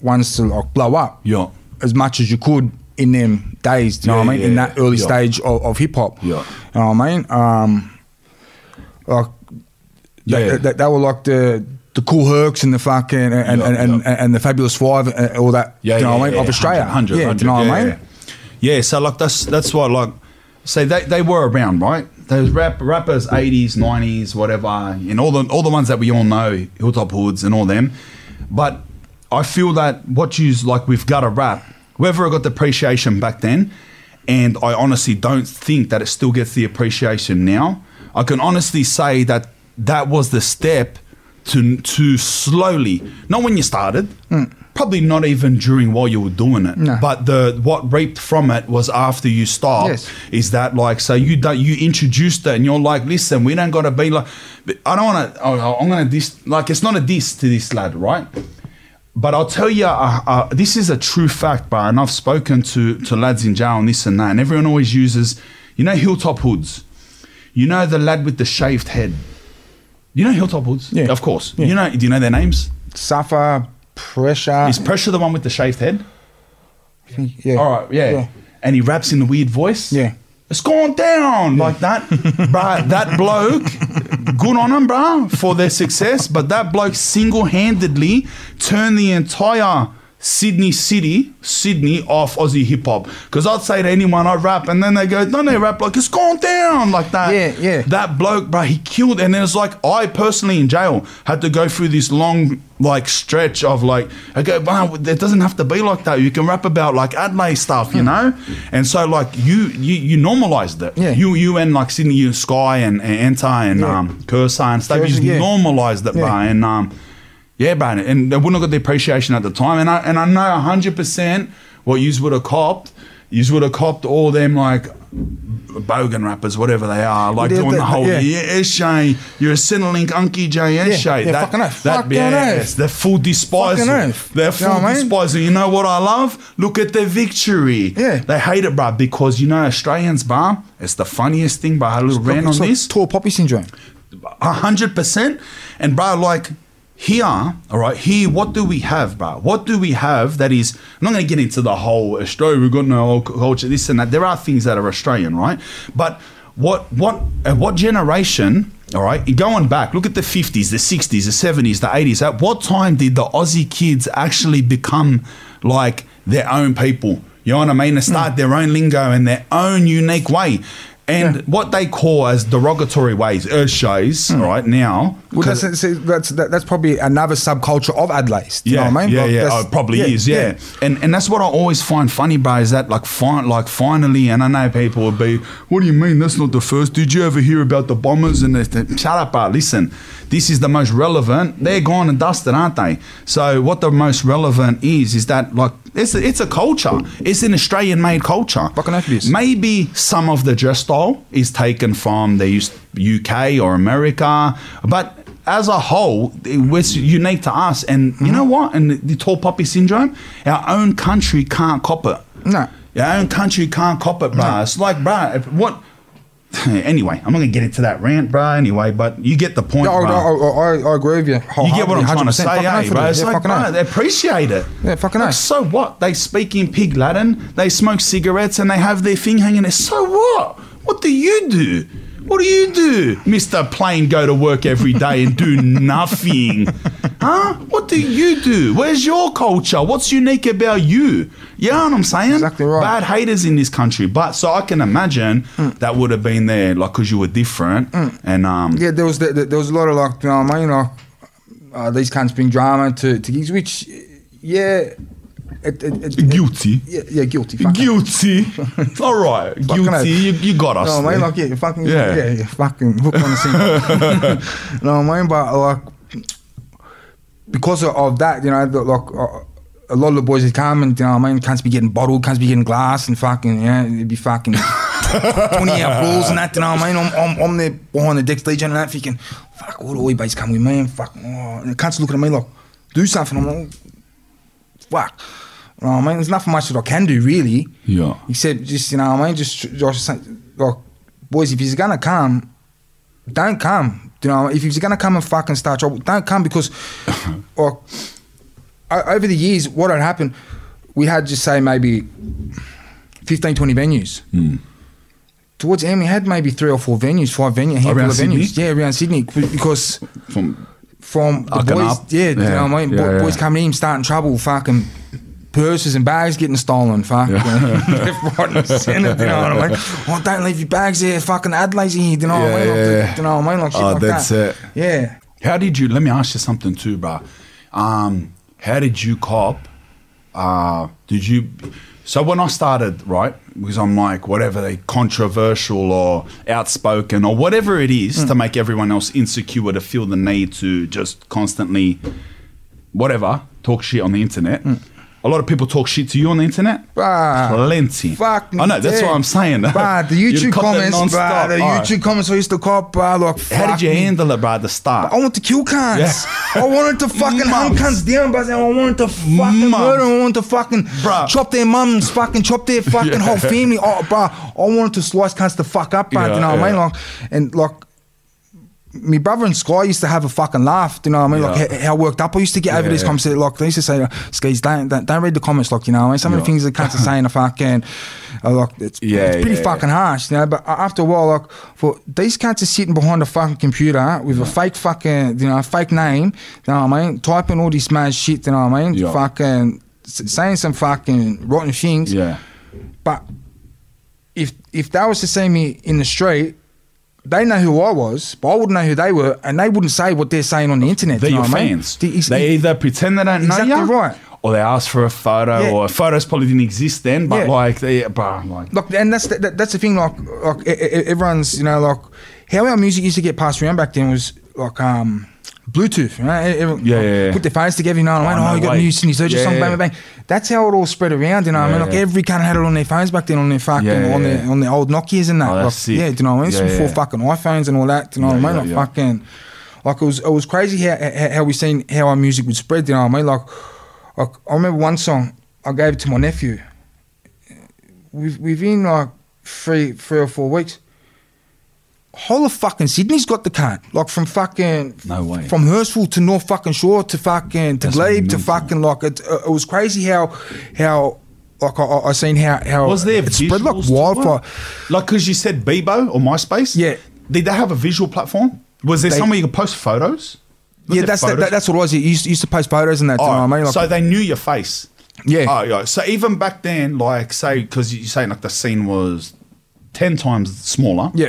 A: ones to like blow up
C: Yeah.
A: as much as you could in them days. Do you know
C: Yeah,
A: what I mean?
C: yeah,
A: in
C: yeah.
A: that early
C: Yeah.
A: stage of, of hip hop.
C: Yeah.
A: You know what I mean? Um, like they,
C: Yeah.
A: they, they were like the the cool Hercs and the fucking and and,
C: Yeah,
A: and, and,
C: yeah.
A: the fabulous five and all that.
C: Yeah,
A: do you know
C: yeah,
A: what I mean?
C: yeah,
A: of Australia,
C: 100,
A: yeah.
C: 100,
A: do you know what I
C: yeah,
A: mean?
C: Yeah. Yeah, so like that's that's why like say they, they were around, right? Those rap, rappers, eighties, nineties, whatever, and all the all the ones that we all know, Hilltop Hoods and all them. But I feel that what you's like we've got a rap, whether it got the appreciation back then, and I honestly don't think that it still gets the appreciation now. I can honestly say that that was the step to to slowly, not when you started, probably not even during while you were doing it,
A: No.
C: but the what reaped from it was after you stopped.
A: Yes.
C: Is that like so you don't you introduced it and you're like, listen, we don't got to be like, but I don't want to. I'm gonna diss like it's not a diss to this lad, right? But I'll tell you, uh, uh, this is a true fact, bro. And I've spoken to to lads in jail and this and that, and everyone always uses, you know, hilltop hoods. You know the lad with the shaved head. You know hilltop hoods,
A: Yeah.
C: of course.
A: Yeah.
C: You know, do you know their names?
A: Suffer pressure.
C: Is Pressure the one with the shaved head?
A: yeah.
C: All right, yeah.
A: Yeah.
C: And he raps in the weird voice.
A: Yeah.
C: It's gone down like that, bruh. That bloke, good on him, bruh, for their success. But that bloke single-handedly turned the entire Sydney city, Sydney, off Aussie hip hop. Because I'd say to anyone, I rap, and then they go, "Don't they rap like it's gone down like that?"
A: Yeah, yeah.
C: That bloke, bruh, he killed. And then it's like I personally in jail had to go through this long like stretch of like, okay, wow, it doesn't have to be like that. You can rap about like Adelaide stuff,
A: Hmm.
C: you know. And so like you you you normalized it.
A: Yeah.
C: You you and like Sydney you and Sky and, and Enter and
A: Yeah.
C: um Kursai and stuff.
A: Cursor,
C: you just
A: yeah.
C: normalized it,
A: Yeah.
C: bruh. And um, yeah, bruh. And they wouldn't have got the appreciation at the time. And I and I know hundred percent what yous would have copped. Yous would have copped all them like bogan rappers, whatever they are, like
A: Yeah,
C: doing
A: that-
C: the whole
A: yeah.
C: yeah, Eshay, you're a Centrelink Unky J Eshay.
A: yeah,
C: that,
A: fucking oath,
C: that
A: fucking
C: yes,
A: oath.
C: they're full despising.
A: Fucking oath.
C: They're
A: You know
C: full
A: what I mean?
C: despising. You know what I love? Look at their victory.
A: Yeah.
C: They hate it, bruh, because you know Australians, bruh, it's the funniest thing, bruh. I had a little rant on
A: It's like
C: this
A: tall poppy syndrome.
C: a hundred percent. And bro, like here, all right, here, what do we have, bro? What do we have that is? I'm not going to get into the whole Australia. We've got no old culture, this and that. There are things that are Australian, right? But what, what, at what generation? All right, going back, look at the 50s, the 60s, the 70s, the 80s. At what time did the Aussie kids actually become like their own people? You know what I mean? To
A: Hmm.
C: start their own lingo and their own unique way. And what they call as derogatory ways, earth shows, right now.
A: Hmm. Well,
C: 'cause-
A: that's, that's, that's, that- that's probably another subculture of Adelaide. Do you
C: yeah,
A: know what I mean?
C: yeah,
A: Like,
C: yeah.
A: that's-
C: Oh, probably is, yeah. And and that's what I always find funny, bro, is that like fin- like finally, and I know people would be, what do you mean? That's not the first. Did you ever hear about the bombers and the, the shut up, bro. Listen, this is the most relevant. They're gone and dusted, aren't they? So what the most relevant is is that like it's a, it's a culture. It's an Australian made culture.
A: Fucking oath it is.
C: Maybe some of the dress style is taken from the US- UK or America, but as a whole, it was unique to us. And you know what? And the, the tall poppy syndrome, our own country can't cop it.
A: No.
C: Our own country can't cop it, bruh. It's like, bruh, if, what? anyway, I'm not going to get into that rant, bruh, anyway, but you get the point,
A: Yeah, I,
C: bruh.
A: I, I, I agree with you.
C: You get what I'm trying to say, eh, bro? It's
A: yeah,
C: like,
A: fucking
C: bro,
A: oath.
C: they appreciate it.
A: Yeah, fucking
C: Like,
A: oath.
C: So what? They speak in pig Latin, they smoke cigarettes, and they have their thing hanging there. So what? What do you do? What do you do, Mr. Plain? Go to work every day and do nothing. huh? What do you do? Where's your culture? What's unique about you? You know what I'm saying?
A: Exactly right.
C: Bad haters in this country. But so I can imagine that would have been there, like, because you were different. And, um,
A: Yeah, there was the, the- there was a lot of like, you know what I mean? Like, uh, these cunts bring drama to, to gigs, which, yeah, it, it, it,
C: guilty.
A: yeah, yeah, guilty. fucking oath.
C: Guilty. All right.
A: hell.
C: Guilty. You, you got us.
A: No,
C: there.
A: man, like yeah, fucking
C: Yeah.
A: yeah, yeah, fucking hook on the scene. no, man, but like because of, of that, you know, the, like uh, a lot of the boys that come and you know, what I mean, can't be getting bottled, can't be getting glass and fucking yeah, it'd be fucking twenty hour balls and that. You know, what I mean, I'm, I'm I'm there behind the decks DJing and that, thinking, fuck, all the oil bass come with me and fucking, oh, and the cunts looking at me like, do something. I'm like, fuck. You know what I mean? There's nothing much that I can do really.
C: Yeah.
A: Except just you know what I mean, just Josh like boys, if he's gonna come, don't come. You know, if he's gonna come and fucking start trouble, don't come because like o- over the years, what had happened, we had just say maybe 15, 20 venues.
C: Hmm.
A: Towards the end, we had maybe three or four venues, five venues, handful
C: Around
A: of
C: Sydney?
A: venues. Yeah, around Sydney b- because
C: From
A: from the
C: Fucking
A: boys,
C: up.
A: yeah, you know what I mean.
C: Yeah,
A: Bo-
C: yeah, yeah.
A: Boys coming in, starting trouble, fucking purses and bags getting stolen, fucking left, right, and centre. You know what I mean? Oh, don't leave your bags there. Fucking Adelaide's in here. You know what I
C: Yeah,
A: mean?
C: yeah,
A: Like,
C: yeah.
A: You know what I mean? Like shit
C: Oh,
A: like
C: that's
A: that.
C: it.
A: Yeah.
C: How did you? Let me ask you something too, bro. Um, how did you cop? Uh, did you? So when I started, right, because I'm like whatever they controversial or outspoken or whatever it is
A: Hmm.
C: to make everyone else insecure to feel the need to just constantly, whatever, talk shit on the internet. A lot of people talk shit to you on the internet.
A: Hmm. Bruh.
C: Plenty.
A: Fuck me.
C: I know. That's
A: dead.
C: what I'm saying.
A: Bruh, the
C: You
A: YouTube
C: cop that
A: comments, bruh,
C: nonstop.
A: the
C: Oh.
A: YouTube comments I used to cop, bruh, like,
C: How
A: fuck
C: did you
A: me.
C: handle it, bro? At the start.
A: I want to kill cunts.
C: Yeah.
A: I wanted to fucking hunt
C: Mums.
A: cunts down, but I wanted to fucking
C: Mums.
A: murder. I wanted to fucking
C: Bruh.
A: chop their mums, fucking chop their fucking whole family. Oh, bruh, I wanted to slice cunts the fuck up, bruh. do you
C: Yeah,
A: know what I
C: yeah.
A: mean? Like, and like, my brother and Sky used to have a fucking laugh. Do you know what I mean? Like
C: Yeah.
A: h- how worked up I used to get over
C: Yeah,
A: these
C: yeah.
A: comments. Like they used to say, "Skis, don't, don't don't read the comments." Like you know, what I mean? some of
C: Yeah.
A: the things that cunts are saying are fucking are like it's,
C: Yeah,
A: it's pretty
C: yeah,
A: fucking harsh, you know. But a- after a while, like for these cunts are sitting behind a fucking computer with a fake fucking you know a fake name. You know what I mean? Typing all this mad shit. You know what I mean?
C: Yeah.
A: Fucking s- saying some fucking rotten things.
C: Yeah.
A: But if if they was to see me in the street, they know who I was, but I wouldn't know who they were, and they wouldn't say what they're saying on the internet.
C: They're
A: you know
C: your
A: what I mean?
C: fans.
A: The- it's-
C: they either pretend they don't
A: Exactly
C: know you,
A: right.
C: or they ask for a photo,
A: Yeah.
C: or photos probably didn't exist then. But
A: Yeah.
C: like, they, bah, like,
A: Look, and that's the, that, that's the thing. Like, like e- e- everyone's, you know, like how our music used to get passed around back then was like um, Bluetooth. You know? e- everyone,
C: Yeah,
A: like,
C: yeah, yeah.
A: Put their phones together, you know. And
C: Oh,
A: I went, oh,
C: no
A: you got
C: way.
A: new Sydney Surgery
C: Yeah,
A: song,
C: yeah.
A: bang, bang, bang. That's how it all spread around. You know, what I
C: Yeah,
A: mean, like
C: yeah.
A: every kind had it on their phones back then, on their fucking,
C: Yeah, yeah,
A: on their
C: yeah.
A: on their old Nokia's and that.
C: Oh,
A: like,
C: that's sick.
A: Yeah, do you know what I mean? It's
C: Yeah,
A: before
C: yeah.
A: fucking iPhones and all that. Do you know
C: Yeah,
A: what I mean?
C: yeah,
A: like
C: yeah.
A: fucking, like it was it was crazy how how, how we seen how our music would spread. do You know what I mean? Like, like I remember one song I gave it to my nephew with, within like three three or four weeks, whole of fucking Sydney's got the card. Like from fucking
C: No way.
A: from Hurstville to North fucking Shore to fucking to
C: That's
A: Glebe to
C: mental.
A: fucking like it. uh, It was crazy how how like I, I I seen how how
C: was there
A: it spread like
C: visuals to
A: wildfire.
C: it? Like, because you said Bebo or MySpace.
A: Yeah.
C: Did they have a visual platform? Was there
A: They-
C: somewhere you could post photos? Was
A: Yeah,
C: there
A: that's that,
C: photos?
A: that, that's what it was. You used, used to post photos and that. do you know
C: Oh,
A: what I mean? Like,
C: so they knew your face.
A: Yeah.
C: Oh, yeah. So even back then, like, say, because you're saying like the scene was ten times smaller.
A: yeah.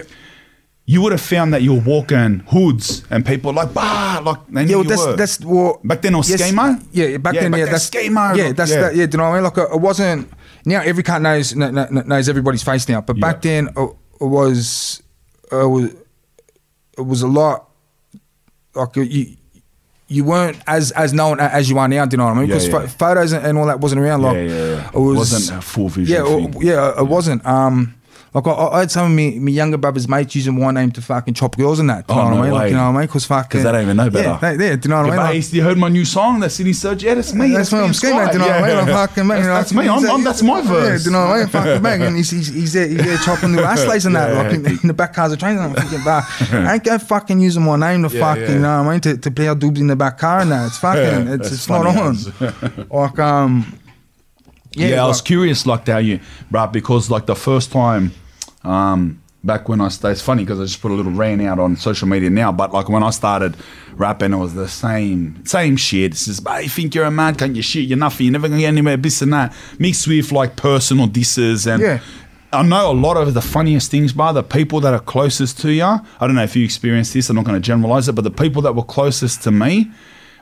C: You would have found that you were walking hoods and people like bah, like they knew
A: Yeah, well,
C: you
A: that's
C: were.
A: that's well,
C: back then it was schemo.
A: Yeah, yeah, back then, yeah, that's
C: schemo.
A: Yeah, that's that. Yeah, do you know what I mean? Like, uh, it wasn't now. Every cat knows kn- kn- kn- knows everybody's face now, but back
C: Yeah.
A: then uh, it was uh, was it was a lot. Like uh, you, you weren't as as known a- as you are now. Do you know what I mean?
C: Yeah,
A: Because
C: yeah.
A: pho- photos and, and all that wasn't around. Like,
C: Yeah, yeah, yeah.
A: it was,
C: Wasn't a full visual
A: Yeah,
C: thing.
A: It, yeah, it wasn't. Um, like I, I had some of me, my younger brother's mates using my name to fucking chop girls and that. Do you
C: Oh,
A: know what
C: no
A: I mean? Like,
C: way.
A: you know what I mean? Because fucking
C: they don't even know better.
A: Yeah, they, yeah do you know what I mean?
C: Yeah,
A: Like-
C: but you heard my new song, that City Surge. Yeah, that's me.
A: that's what I'm
C: me,
A: screaming.
C: Sky.
A: Do you know what I mean?
C: Yeah.
A: I'm fucking man.
C: That's,
A: you know,
C: that's me. I'm, I'm, that's my verse.
A: Yeah, do you know what I mean? Fucking bang. And he's, he's, he's there, he's there chopping the ass and that,
C: Yeah.
A: like in, in the back cars of trains. And I'm thinking, bah, I ain't go fucking using my name to
C: Yeah,
A: fucking,
C: yeah.
A: you know what I mean? To, to play our dudes in the back car and that. It's fucking,
C: Yeah,
A: it's,
C: that's
A: it's not
C: funny,
A: on. like, um,
C: yeah, I was
A: like-
C: curious like how you right because like the first time um back when I started it's funny because I just put a little rant out on social media now but like when I started rapping it was the same same shit it's just "Bah, you think you're a man can't you shit you're nothing you're never gonna get anywhere this and that mixed with like personal disses and
A: Yeah.
C: I know a lot of the funniest things by the people that are closest to you. I don't know if you experienced this. I'm not going to generalize it, but the people that were closest to me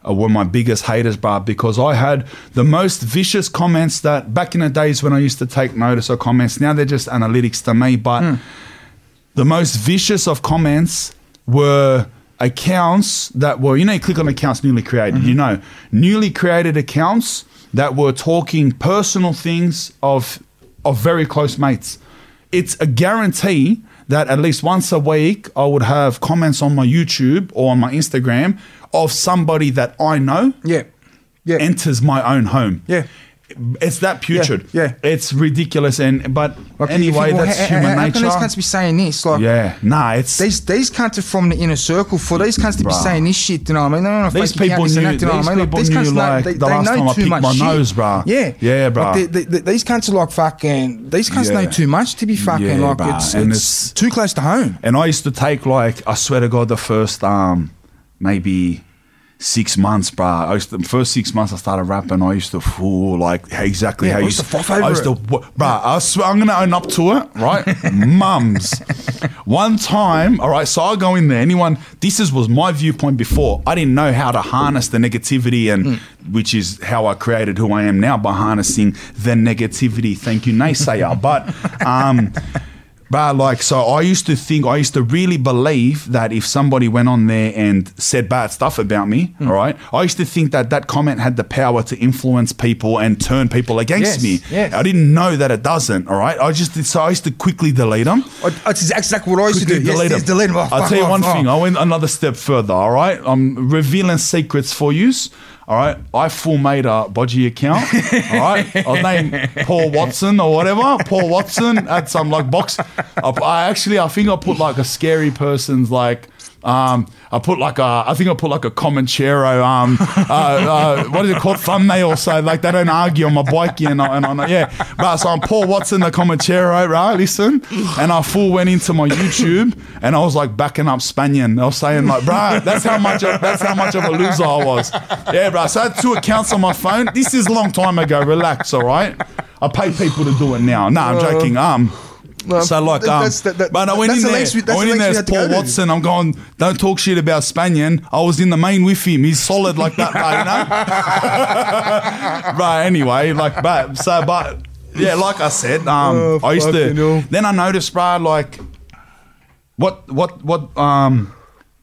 C: uh, were my biggest haters, bar because I had the most vicious comments that back in the days when I used to take notice of comments. Now they're just analytics to me, but the most vicious of comments were accounts that were you know you click on accounts newly created you
A: Mm-hmm.
C: know newly created accounts that were talking personal things of of very close mates it's a guarantee that at least once a week i would have comments on my youtube or on my instagram of somebody that i know
A: yeah, yeah,
C: enters my own home
A: Yeah.
C: it's that putrid.
A: yeah.
C: it's ridiculous. And but
A: Like, you
C: anyway,
A: think, well,
C: that's
A: how- how-
C: human
A: how can
C: nature.
A: these cunts be saying this? Like,
C: yeah, nah, it's
A: These these cunts are from the inner circle. For these cunts to be
C: Bruh.
A: saying this shit, you know what I mean? They don't wanna
C: These
A: fucking count
C: people
A: this and
C: knew-
A: that, you know
C: these
A: what I mean?
C: people
A: these
C: knew,
A: cunts
C: like,
A: know, they,
C: the
A: they
C: last
A: know
C: time I
A: too
C: picked
A: much
C: my
A: shit.
C: nose, bruh.
A: Yeah,
C: Yeah,
A: Like,
C: bruh.
A: they- they- they- these cunts are like fucking. These cunts
C: Yeah.
A: know too much to be fucking
C: Yeah,
A: like
C: bruh,
A: it's,
C: and
A: it's
C: it's-
A: too close to home.
C: And I used to take like I swear to God, the first um maybe six months, bro. I used to, the first six months I started rapping. I used to fool like exactly
A: Yeah,
C: how
A: I
C: you
A: used to froth over
C: I used to,
A: it.
C: bro. I swear I'm gonna own up to it, right? Mums. One time, all right. So I go in there. Anyone? This is was my viewpoint before. I didn't know how to harness the negativity, and
A: Hmm.
C: which is how I created who I am now by harnessing the negativity. Thank you, naysayer. but um. But like, so I used to think, I used to really believe that if somebody went on there and said bad stuff about me,
A: Hmm.
C: all right, I used to think that that comment had the power to influence people and turn people against
A: Yes,
C: me.
A: yes.
C: I didn't know that it doesn't, all right? I just did, so I used to quickly delete them.
A: That's exactly what I used to
C: Quickly
A: do. Yes,
C: delete
A: yes,
C: them.
A: delete 'em. Oh,
C: I'll
A: fuck
C: tell you
A: off.
C: one
A: Oh.
C: thing, I went another step further, all right? I'm revealing secrets for yous. All right, I full made a bodgy account. All right, I'll name Paul Watson or whatever. Paul Watson at some like box. I, I actually, I think I put like a scary person's like. Um, I put like a, I think I put like a Comanchero, um, uh, uh, what is it called, thumbnail. So like they don't argue on my bike, and I, and I, yeah. But so I'm Paul Watson, the Comanchero, right? Listen, and I full went into my YouTube, and I was like backing up Spanian. I was saying like, bruh, that's how much, of, that's how much of a loser I was. Yeah, bruh. So I had two accounts on my phone. This is a long time ago. Relax, all right. I pay people to do it now. No, I'm joking. Um.
A: Uh, Well,
C: so like,
A: that-
C: um,
A: that's- that- that-
C: but I went
A: that's
C: in
A: the
C: there.
A: lengths we- that's
C: I went
A: the
C: in there
A: lengths
C: as
A: we had to
C: Paul
A: go to.
C: Watson. I'm going. Don't talk shit about Spanian. I was in the main with him. He's solid like that, but you know. but anyway, like, but so, but yeah, like I said, um,
A: Oh,
C: I used to.
A: fucking hell.
C: Then I noticed, bro, like, what, what, what, um,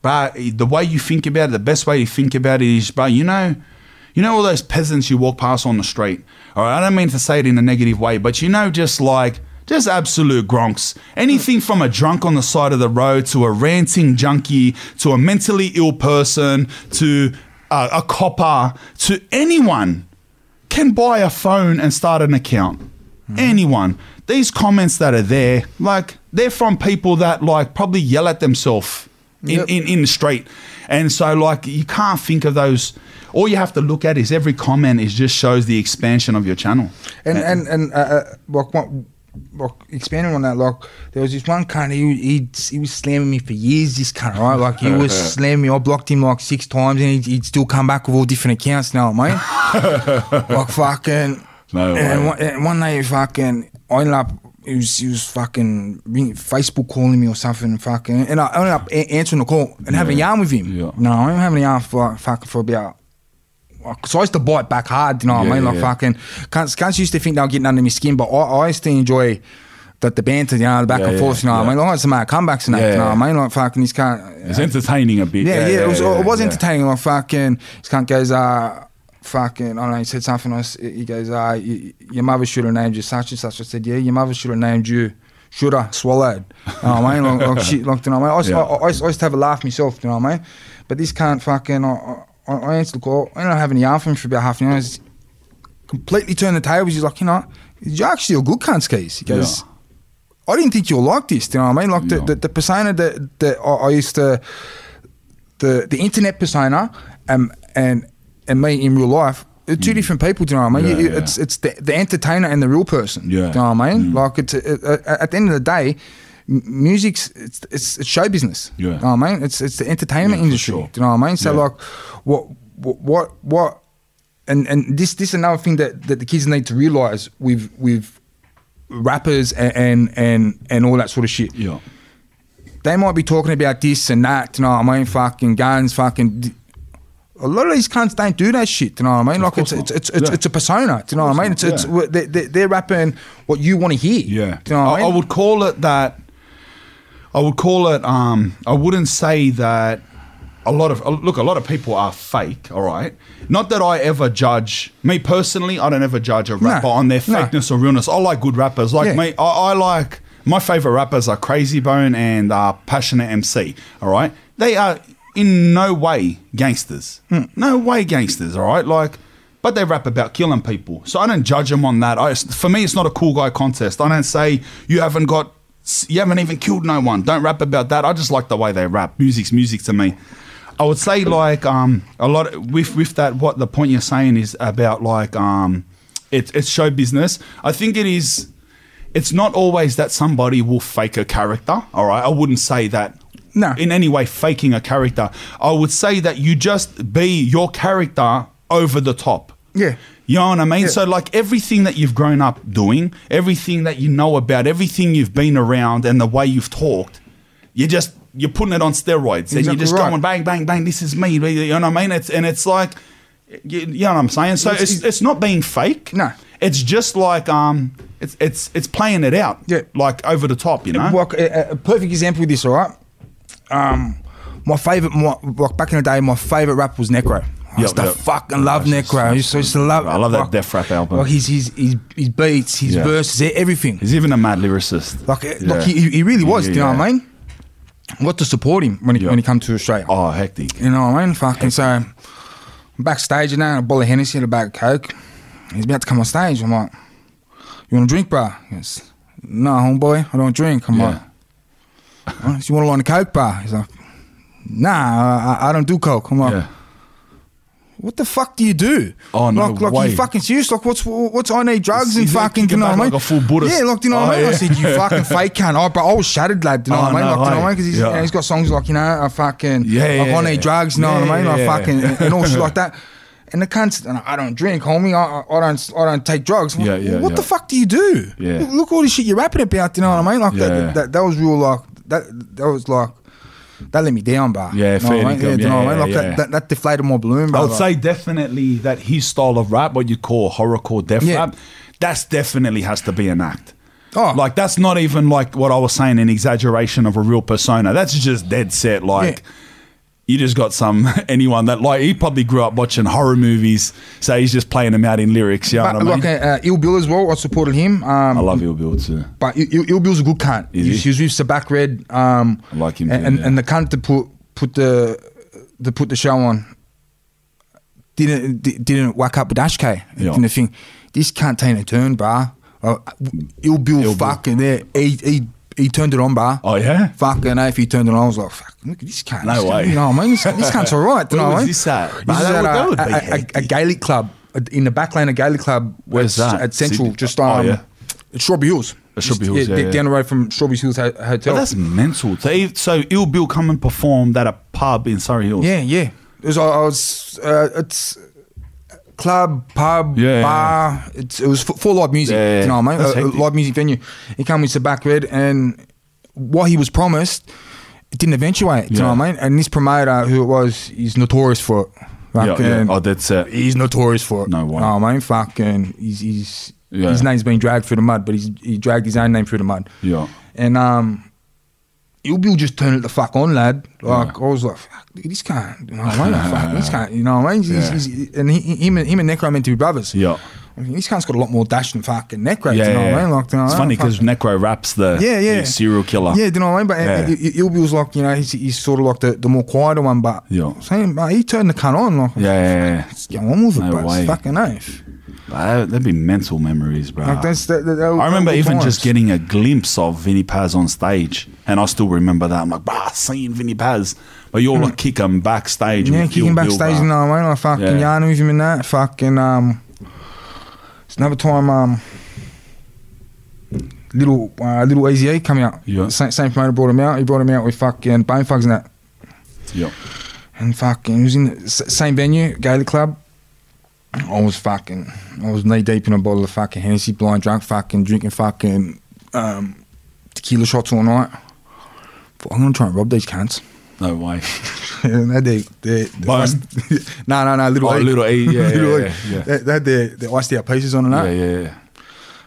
C: bro, the way you think about it, the best way to think about it is, bro, you know, you know all those peasants you walk past on the street. All right, I don't mean to say it in a negative way, but you know, just like. Just absolute gronks. Anything from a drunk on the side of the road to a ranting junkie to a mentally ill person to uh, a copper to anyone can buy a phone and start an account. Anyone. These comments that are there, like they're from people that like probably yell at themselves in,
A: Yep.
C: in, in the street. And so like you can't think of those all you have to look at is every comment is just shows the expansion of your channel.
A: And and and uh, uh, like, one, like expanding on that, like there was this one cunt he he he was slamming me for years. This cunt, right? Like he was slamming me. I blocked him like six times, and he'd, he'd still come back with all different accounts now, mate. like fucking.
C: No
A: and
C: way.
A: one, and one day, fucking, I ended up. He was, he was fucking ring- Facebook calling me or something, fucking, and I ended up a- answering the call and having a yarn with him.
C: Yeah.
A: No, I ain't having a yarn for like, fucking for about so I used to bite back hard, you know what
C: Yeah,
A: I mean?
C: yeah,
A: Like
C: yeah.
A: fucking cunts, cunts used to think they were getting under my skin, but I, I used to enjoy that the banter, you know, the back
C: Yeah,
A: and
C: yeah,
A: forth, you know what
C: yeah.
A: I mean? Like I had some mad comebacks and that,
C: Yeah,
A: you know
C: yeah.
A: what I mean? Like fucking this cunt
C: It's entertaining a bit.
A: yeah, yeah, it was, it was
C: yeah.
A: entertaining. Like fucking, this cunt goes, uh, fucking, I don't know, he said something else. He goes, uh, y- your mother should have named you such and such. I said, yeah, your mother should have named you. Should have swallowed. You know what I mean? Like, like shit, like, you know what I mean? I, used-
C: Yeah.
A: I, I, used- I used to have a laugh myself, you know what I mean? But this can't fucking, I, I, I answered the call. I ended up having a yarn for him for about half an hour. He's completely turned the tables. He's like, you know, you're actually a good cunt's case. He goes, I didn't think you were like this. You know what I mean? Like
C: Yeah.
A: the, the, the persona that, that I, I used to, the the internet persona um, and and me in real life are two different people. Do you know what I mean?
C: Mm. Yeah,
A: You- you-
C: yeah.
A: It's it's the, the entertainer and the real person.
C: Yeah. Mm.
A: Do you know what I mean? Like it's it, uh, at the end of the day, m- music's it's it's, it's show business. Do
C: Yeah.
A: you know what I mean? It's it's the entertainment
C: Yeah, for
A: industry.
C: sure.
A: Do you know what I mean? So
C: Yeah.
A: like, what what what what. And, and this this is another thing that, that the kids need to realize with with rappers and, and and and all that sort of shit
C: Yeah.
A: they might be talking about this and that, you know what I mean? Fucking guns, fucking. d- A lot of these cunts don't do that shit, you know what I mean? Like
C: course
A: it's
C: not.
A: it's it's, it's,
C: Yeah.
A: it's a persona, do you know what I mean? It's,
C: not,
A: it's
C: yeah.
A: w- they, they, they're rapping what you want to hear.
C: Yeah.
A: do you know what I,
C: I,
A: mean?
C: I would call it that. I would call it. Um, I wouldn't say that. A lot of look, a lot of people are fake. All right, not that I ever judge me personally. I don't ever judge a rapper on their
A: no.
C: fakeness or realness. I like good rappers. Like
A: Yeah.
C: me, I, I like my favorite rappers are Crazy Bone and uh, Passionate MC. All right, Hmm, they are in no way gangsters. No way gangsters. All right, like but they rap about killing people. So I don't judge them on that. I, for me, it's not a cool guy contest. I don't say you haven't got, you haven't even killed no one. Don't rap about that. I just like the way they rap. Music's music to me. I would say like um, a lot with with that. What the point you're saying is about like um, it, it's show business. I think it is. It's not always that somebody will fake a character. All right, I wouldn't say that
A: No.
C: in any way faking a character. I would say that you just be your character over the top.
A: Yeah.
C: You know what I mean? So, like everything that you've grown up doing, everything that you know about, everything you've been around, and the way you've talked, you just you're putting it on steroids, and you're
A: Exactly
C: just
A: right.
C: going bang, bang, bang. This is me. You know what I mean? It's and it's like, you, you know what I'm saying? So
A: It's-
C: it's, it's not being fake.
A: No.
C: it's just like um, it's it's it's playing it out.
A: Yeah.
C: like over the top. You know?
A: Well, a, a perfect example of this, all right? Um, my favorite, my, like back in the day, my favorite rap was Necro. I used
C: Yep,
A: to
C: yep.
A: fucking love
C: Nice.
A: Necro. I used to, used to love.
C: I love that
A: like-
C: Def Rap album.
A: Like his his his, his beats, his
C: Yeah.
A: verses, e- everything.
C: He's even a mad lyricist.
A: Like, uh,
C: Yeah.
A: like he, he really was.
C: Yeah,
A: you know
C: yeah.
A: what I mean? What to support him when he
C: Yep.
A: when he come to Australia?
C: Oh, hectic.
A: You know what I mean? Fucking so I'm backstage and now a bottle of Hennessy and a bag of Coke. He's about to come on stage. I'm like, You wanna drink, bro? He goes, No, homeboy, I don't drink. I'm
C: Yeah.
A: like, "Huh? so you wanna line a Coke bar? He's like, Nah, I, I- I don't do Coke. I'm like,
C: Yeah.
A: What the fuck do you do?
C: Oh, no
A: Like, like
C: way.
A: you fucking serious? Like, what's what's I need drugs
C: He's
A: and
C: like
A: fucking, do you
C: kicking
A: know what I
C: back
A: mean?
C: like a full Buddhist.
A: Yeah, like, do you know what I
C: Oh,
A: mean? I
C: yeah.
A: said, you fucking fake cunt. Oh, bro, I was shattered, lad. Do you know
C: Oh,
A: what I mean?
C: no
A: Like, do you know what I
C: way.
A: mean? Because he's,
C: Yeah.
A: and he's got songs like, you know, I fucking,
C: Yeah, yeah,
A: like, I
C: yeah.
A: need drugs, you know
C: Yeah,
A: what I mean?
C: yeah,
A: Like,
C: yeah.
A: fucking, and, all shit like that. And the cunt, and I don't drink, homie. I, I I don't, I don't take drugs. I'm like,
C: Yeah, yeah,
A: What the
C: yeah.
A: fuck do you do?
C: Yeah.
A: Look, look all this shit you're rapping about. Do you know what I mean? Like
C: Yeah,
A: that,
C: yeah.
A: that, that was real. Like that, that was like that let me down, bar.
C: Yeah,
A: you know
C: fair
A: what I mean?
C: income.
A: Yeah, do you know
C: Yeah,
A: what I mean?
C: yeah,
A: Like
C: yeah.
A: that, that, that deflated my balloon, bro.
C: I would
A: Like,
C: say definitely that his style of rap, what you call horrorcore death
A: Yeah.
C: rap, that's definitely has to be an act.
A: Oh.
C: Like that's not even like what I was saying, an exaggeration of a real persona. That's just dead set. Like
A: Yeah.
C: you just got some anyone that like he probably grew up watching horror movies, so he's just playing them out in lyrics. You know
A: But
C: what I mean?
A: like uh, uh, Ill Bill as well, I supported him. Um,
C: I love Ill Bill too.
A: but Il- Il- Ill Bill's a good cunt.
C: Is
A: he?
C: he?
A: he was with Sabak Red. Um,
C: I like him
A: And,
C: too,
A: and,
C: yeah.
A: and the cunt to put put the to put the show on didn't di- didn't whack up with Ash K.
C: Yeah.
A: And the thing, this cunt ain't a turn, bar. Uh, Ill Bill,
C: Bill.
A: fucking there. He, he he turned it on, bar.
C: Oh yeah?
A: Fucking if he turned it on, I was like, fuck, look at this cunt.
C: No
A: This cunt-
C: way.
A: You know what I mean? This, this cunt's all right. you
C: Where
A: know what I
C: was
A: mean?
C: this at?
A: This
C: Man,
A: is
C: that
A: at
C: would- that
A: a,
C: would
A: a- a-
C: be
A: a
C: hectic.
A: Gaelic club, uh, in the back lane of Gaelic club.
C: Where's
A: it's
C: that?
A: At Central,
C: Sydney?
A: just
C: Oh,
A: um,
C: yeah.
A: it's Strawberry Hills.
C: It's Strawberry
A: Just,
C: Hills, yeah,
A: d-
C: yeah.
A: Down the road from Strawberry Hills Ho- Hotel.
C: But that's mental. So, he- Oh. so Ill Bill come and performed at a pub in Surrey Hills.
A: yeah, yeah. It was, I I was, uh, it's club, pub,
C: Yeah, yeah,
A: bar. It's, it was fu- full live music.
C: Yeah, yeah,
A: You know what I mean?
C: that's
A: A- a
C: hectic.
A: live music venue. He came with Sabak Red, and what he was promised, it didn't eventuate. You know
C: Yeah.
A: what I mean? And this promoter, who it was, he's notorious for it.
C: yeah, yeah.
A: Fucking-
C: Oh, that's it.
A: He's notorious for it.
C: No way.
A: No, I mean, fucking, he's, he's
C: Yeah.
A: his name's been dragged through the mud, but he's he dragged his own name through the mud.
C: Yeah.
A: And um, he'll be just turn it the fuck on, lad. Like I was like, fuck, dude, this can't. You know what I mean? fuck, this can't. You know what I mean? He's, he's, he's, and he, he- him and him and Necro are meant to be brothers.
C: Yeah.
A: I mean, this cunt's got a lot more dash than fucking Necro.
C: Yeah,
A: do you know what
C: yeah,
A: I
C: yeah.
A: mean? Like, do you know
C: it's
A: what I
C: funny
A: mean?
C: because
A: Fuck.
C: Necro raps the
A: yeah, yeah,
C: the serial killer.
A: Yeah, do you know what I mean? But
C: Yeah.
A: uh, he- he'll be was like, you know, he's, he's sort of like the, the more quieter one, but
C: Yeah.
A: same. But he turned the cunt on, like,
C: yeah, yeah, yeah.
A: let's get on with it,
C: No
A: bro. It's
C: way.
A: fucking oath.
C: Wow, that'd be mental memories, bro.
A: Like that's that, that, that
C: I remember even just
A: getting.
C: getting a glimpse of Vinny Paz on stage, and I still remember that. I'm like, bah, seeing Vinny Paz, but you're like kick him backstage.
A: Hmm. Yeah,
C: with
A: kicking
C: Kill Bill,
A: backstage
C: bruh.
A: and all, man. I fucking
C: Yeah.
A: yarn with him and that. Fucking, um, it's another time, um, little, uh, little AZA come out.
C: Yeah.
A: Same, same promoter brought him out. He brought him out with fucking Bone Thugs and that.
C: Yeah,
A: And fucking, he was in the s- same venue, Gaelic Club. I was fucking, I was knee deep in a bottle of fucking Hennessy, blind drunk, fucking drinking fucking, um, tequila shots all night. Thought, I'm gonna try and rob these cunts.
C: no way.
A: they had their, their, their
C: Bone?
A: ice- no, no, no, little
C: Oh,
A: A.
C: little E. A, yeah,
A: little
C: yeah,
A: A.
C: yeah, yeah.
A: They, they had their, their iced out pieces on and that.
C: yeah, yeah, yeah.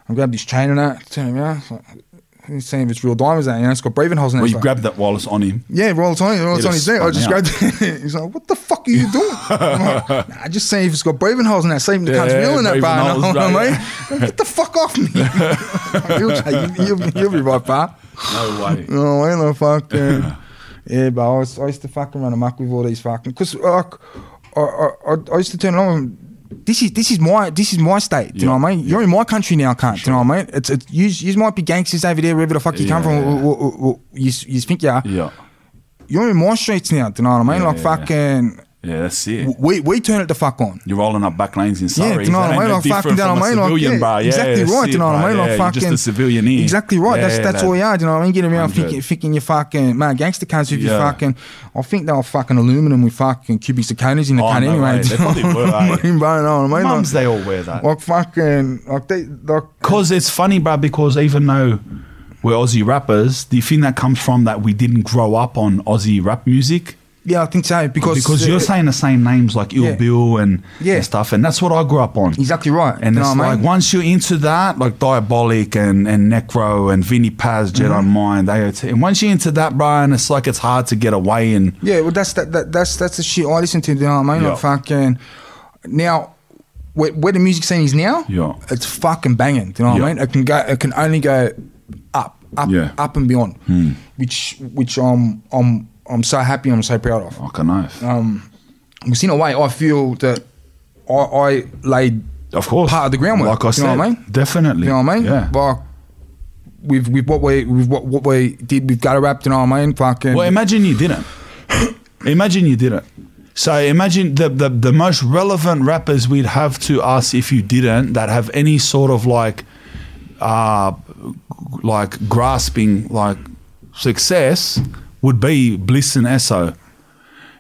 A: I grabbed this chain and that, turn around, it's like, I'm seeing if it's real diamonds and you know, it's got breathing holes in it.
C: Well,
A: It's
C: you
A: like,
C: grabbed that while it's on him.
A: yeah, roll it's on, roll it's
C: It'll
A: on his neck. I
C: spun
A: just
C: out.
A: grabbed it. He's like, what the fuck are you doing? I'm like, nah, just saying if it's got breathing holes in that, see if the
C: Yeah,
A: cunt's real in that,
C: breathing
A: bar.
C: holes,
A: know what
C: bro,
A: I mean?
C: yeah.
A: Get the fuck off me. you'll, you'll, you'll be right, pal.
C: No way.
A: You know what I mean? Like, fucking. yeah, but I, was, I used to fucking run amok with all these fucking. Because, like, I, I, I- I used to turn on this is this is my this is my state. Do you know what I mean? You're in my country now, can't you know what I mean? It's, it's you, you might be gangsters over there, wherever the fuck you come
C: Yeah.
A: from. Or, or, or, or you s- you think you are.
C: Yeah.
A: You're in my streets now. Do you know what I mean?
C: Yeah,
A: like
C: yeah.
A: fucking,
C: Yeah, that's it.
A: we we turn it the fuck on.
C: You're rolling up back lanes in Surrey.
A: Yeah, do you know what I mean? Like fucking, do you know what I mean? Like, yeah, exactly right. Do you know what I mean? Like fucking,
C: just a civilian here.
A: Exactly right. that's
C: Yeah,
A: that's
C: lad.
A: all you are. Do you know what I mean? Get around
C: 100.
A: thinking, thinking you're fucking man, gangster cans with your
C: Yeah.
A: fucking. I think they were fucking aluminum with fucking cubic cicanas in the
C: Oh,
A: can
C: no
A: anyway.
C: way. They probably were, eh?
A: Bro, you know what I mean?
C: Mums,
A: like,
C: they all wear that.
A: like fucking, like they, like
C: Because it's funny, bro, because even though we're Aussie rappers, the thing that comes from that we didn't grow up on Aussie rap music
A: yeah, I think so because
C: because you're
A: uh,
C: saying the same names like Ill
A: Yeah.
C: Bill and,
A: Yeah.
C: and stuff, and that's what I grew up on.
A: exactly right.
C: And
A: do you
C: it's
A: know what I
C: like
A: mean?
C: once you're into that, like Diabolic and, and Necro and Vinny Paz, Jedi Mind, AOT. And once you're into that, Brian, it's like it's hard to get away and
A: Yeah, well, that's that, that that's that's the shit I listen to. You know what I mean? Like
C: Yeah.
A: fucking now, where, where the music scene is now,
C: Yeah.
A: it's fucking banging. Do you know what
C: Yeah.
A: I mean? It can go, it can only go up, up,
C: Yeah. Hmm.
A: up and beyond, which which I'm I'm I'm so happy, I'm so proud of. Um,
C: like a knife.
A: Because in a way, I feel that I, I laid
C: of course.
A: part of the groundwork.
C: Like I
A: you
C: said.
A: know what I mean?
C: Definitely.
A: You know what I mean?
C: Yeah.
A: Like, with, with what we with what, what we did, we've got to rap. You know what I mean? Fucking
C: Well, imagine you didn't. imagine you didn't. So imagine the, the the most relevant rappers we'd have to us if you didn't that have any sort of like, uh, like grasping like success would be Bliss and Esso.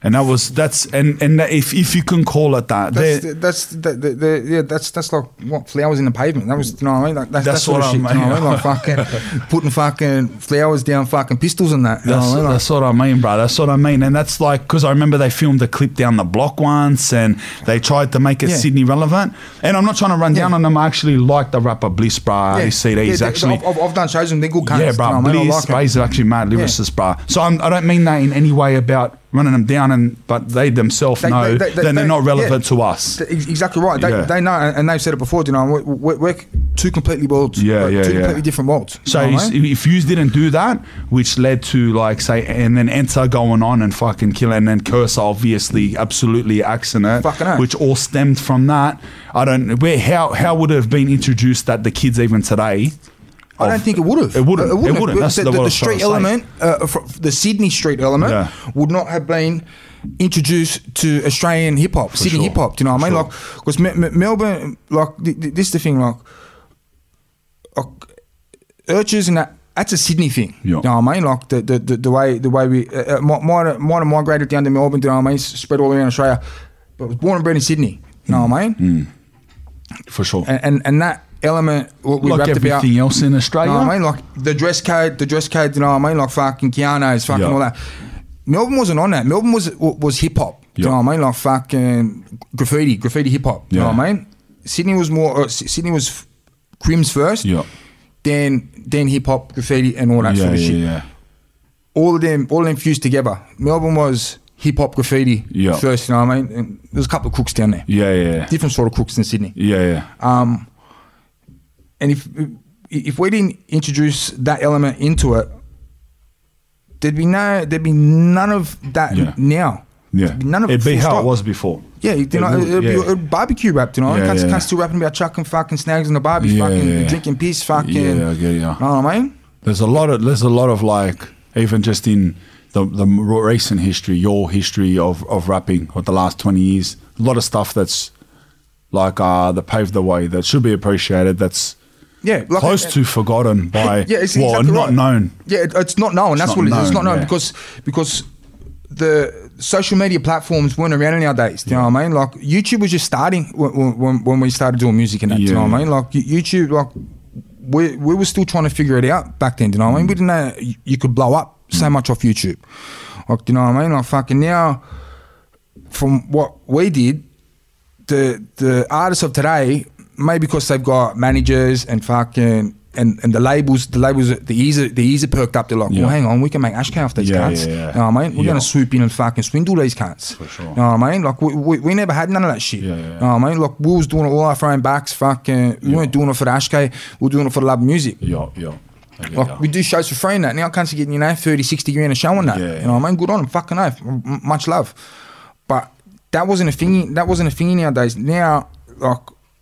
C: And that was that's and and that- if if you can call it that,
A: That's
C: they're-
A: the, that's the, the, the, yeah that's that's like what flowers in the pavement. That was you know what I mean. Like, that's, that's
C: That's
A: sort
C: what
A: of
C: I
A: shit. you know what I mean?
C: mean.
A: Like fucking putting fucking flowers down, fucking pistols and that. You
C: That's,
A: know what I mean? Like,
C: Oh, that's what I mean, bro. That's what I mean. And that's like, because I remember they filmed a clip down the block once and they tried to make it
A: Yeah.
C: Sydney relevant. And I'm not trying to run down
A: Yeah.
C: on them. I actually like the rapper Bliss, bro. I
A: yeah,
C: see that
A: yeah,
C: he's
A: they-
C: actually.
A: I've, I've- I've done shows and they're good. Cunts,
C: yeah,
A: You know
C: bro.
A: what I mean? I
C: Bliss,
A: like it.
C: bro. He's actually mad lyricist, bro. So I'm, I don't mean that in any way about running them down, and but they themselves
A: They-
C: know
A: they- they- they-
C: then they're
A: they-
C: not relevant
A: yeah.
C: to us.
A: Th- ex- Exactly right. They,
C: Yeah.
A: they know, and and they've said it before. Do you know, we're, we're, we're two completely worlds.
C: Yeah,
A: like,
C: yeah,
A: two
C: yeah.
A: completely different worlds. you
C: So
A: know what I
C: he's-
A: mean?
C: if you didn't do that, which led to like say, and then enter going on and fucking kill and then curse, obviously, absolutely axing it,
A: Fucking hell.
C: which all stemmed from that. I don't where how how would it have been introduced that the kids even today?
A: I don't
C: of-
A: think it would have.
C: It wouldn't. It wouldn't. That's
A: the,
C: the-
A: the, the
C: what I was
A: street
C: trying to say.
A: element, uh, fr- the Sydney street element,
C: Yeah.
A: would not have been introduced to Australian hip hop, Sydney
C: sure.
A: hip hop. Do you know what I mean?
C: Sure.
A: Like, because M- M- Melbourne, like, th- th- this is the thing, like, like urges and that. That's a Sydney thing.
C: Yeah.
A: You know what I mean? Like the the, the, the way the way we uh, uh, might might have might have migrated down to Melbourne. Do you know what I mean? s- Spread all around Australia, but was born and bred in Sydney. You know what I mean?
C: Mm. For sure,
A: And, and and that element what we
C: like
A: rapped about
C: everything else in Australia.
A: you know what I mean? Like the dress code, the dress code. You know what I mean? Like fucking Keanu's, fucking
C: Yeah.
A: all that. Melbourne wasn't on that. Melbourne was wa- was hip hop. You
C: Yeah.
A: know what I mean? Like fucking graffiti, graffiti hip hop. You know
C: Yeah.
A: what I mean? Sydney was more. Uh, S- Sydney was f- crims first.
C: Yeah.
A: Then then hip hop, graffiti, and all that
C: yeah,
A: sort of
C: yeah,
A: shit.
C: yeah.
A: All of them, all of them fused together. Melbourne was hip hop, graffiti
C: Yeah.
A: first. You know what I mean? And there's a couple of crooks down there.
C: Yeah, yeah, yeah,
A: Different sort of crooks than Sydney.
C: yeah, yeah.
A: Um, and if if we didn't introduce that element into it, there'd be no there'd be none of that
C: Yeah.
A: now.
C: yeah.
A: There'd be none of
C: It'd be
A: full
C: how
A: stop.
C: it was before.
A: Yeah, you know,
C: would,
A: it would,
C: yeah.
A: be it'd barbecue wrapped, you know.
C: Yeah,
A: Yeah, cunts,
C: yeah.
A: cunts still rapping about chucking fucking snags in the barbie,
C: Yeah,
A: fucking
C: yeah.
A: drinking piss, fucking.
C: Yeah, I get ya.
A: Know what I mean?
C: There's a lot of there's a lot of like even just in the the recent history, your history of of rapping or the last twenty years, a lot of stuff that's like uh that paved the way that should be appreciated. That's
A: Yeah, like- uh,
C: close to forgotten by
A: yeah, it's
C: well,
A: exactly
C: not
A: right.
C: known.
A: Yeah, it, it's not known. That's
C: not
A: what it is. It's
C: known,
A: not known
C: yeah.
A: because because the social media platforms weren't around nowadays. Do you know what I mean? Like YouTube was just starting when- when, when, when we started doing music and that. Do you know what
C: Yeah.
A: I mean? Like you- YouTube, like we we were still trying to figure it out back then. Do you know what I mean? We didn't know you- you could blow up so
C: Mm.
A: much off YouTube. Like do you know what I mean? Like fucking now, from what we did, the the artists of today, maybe because they've got managers and fucking and, and the labels, the labels, the easy the easy perked up. They're like,
C: Yeah.
A: well, hang on, we can make ash off these
C: Yeah,
A: cunts.
C: yeah, yeah.
A: You know what I mean? We're
C: Yeah.
A: gonna swoop in and fucking swindle these cunts. For
C: sure.
A: You know what I mean? Like we, we, we never had none of that shit.
C: Yeah, yeah,
A: You know what I mean? Like we was doing it all off our own backs. Fucking, we weren't doing it for the ash we were doing it for the love of music.
C: Yeah, yeah. I get
A: Like
C: ya.
A: we do shows for free and that. Now cunts are getting, you know, 30, 60 grand a show on that.
C: Yeah,
A: you know what I mean? Good on them. Fucking oath. M- Much love. But that wasn't a thing. That wasn't a thing nowadays. Now like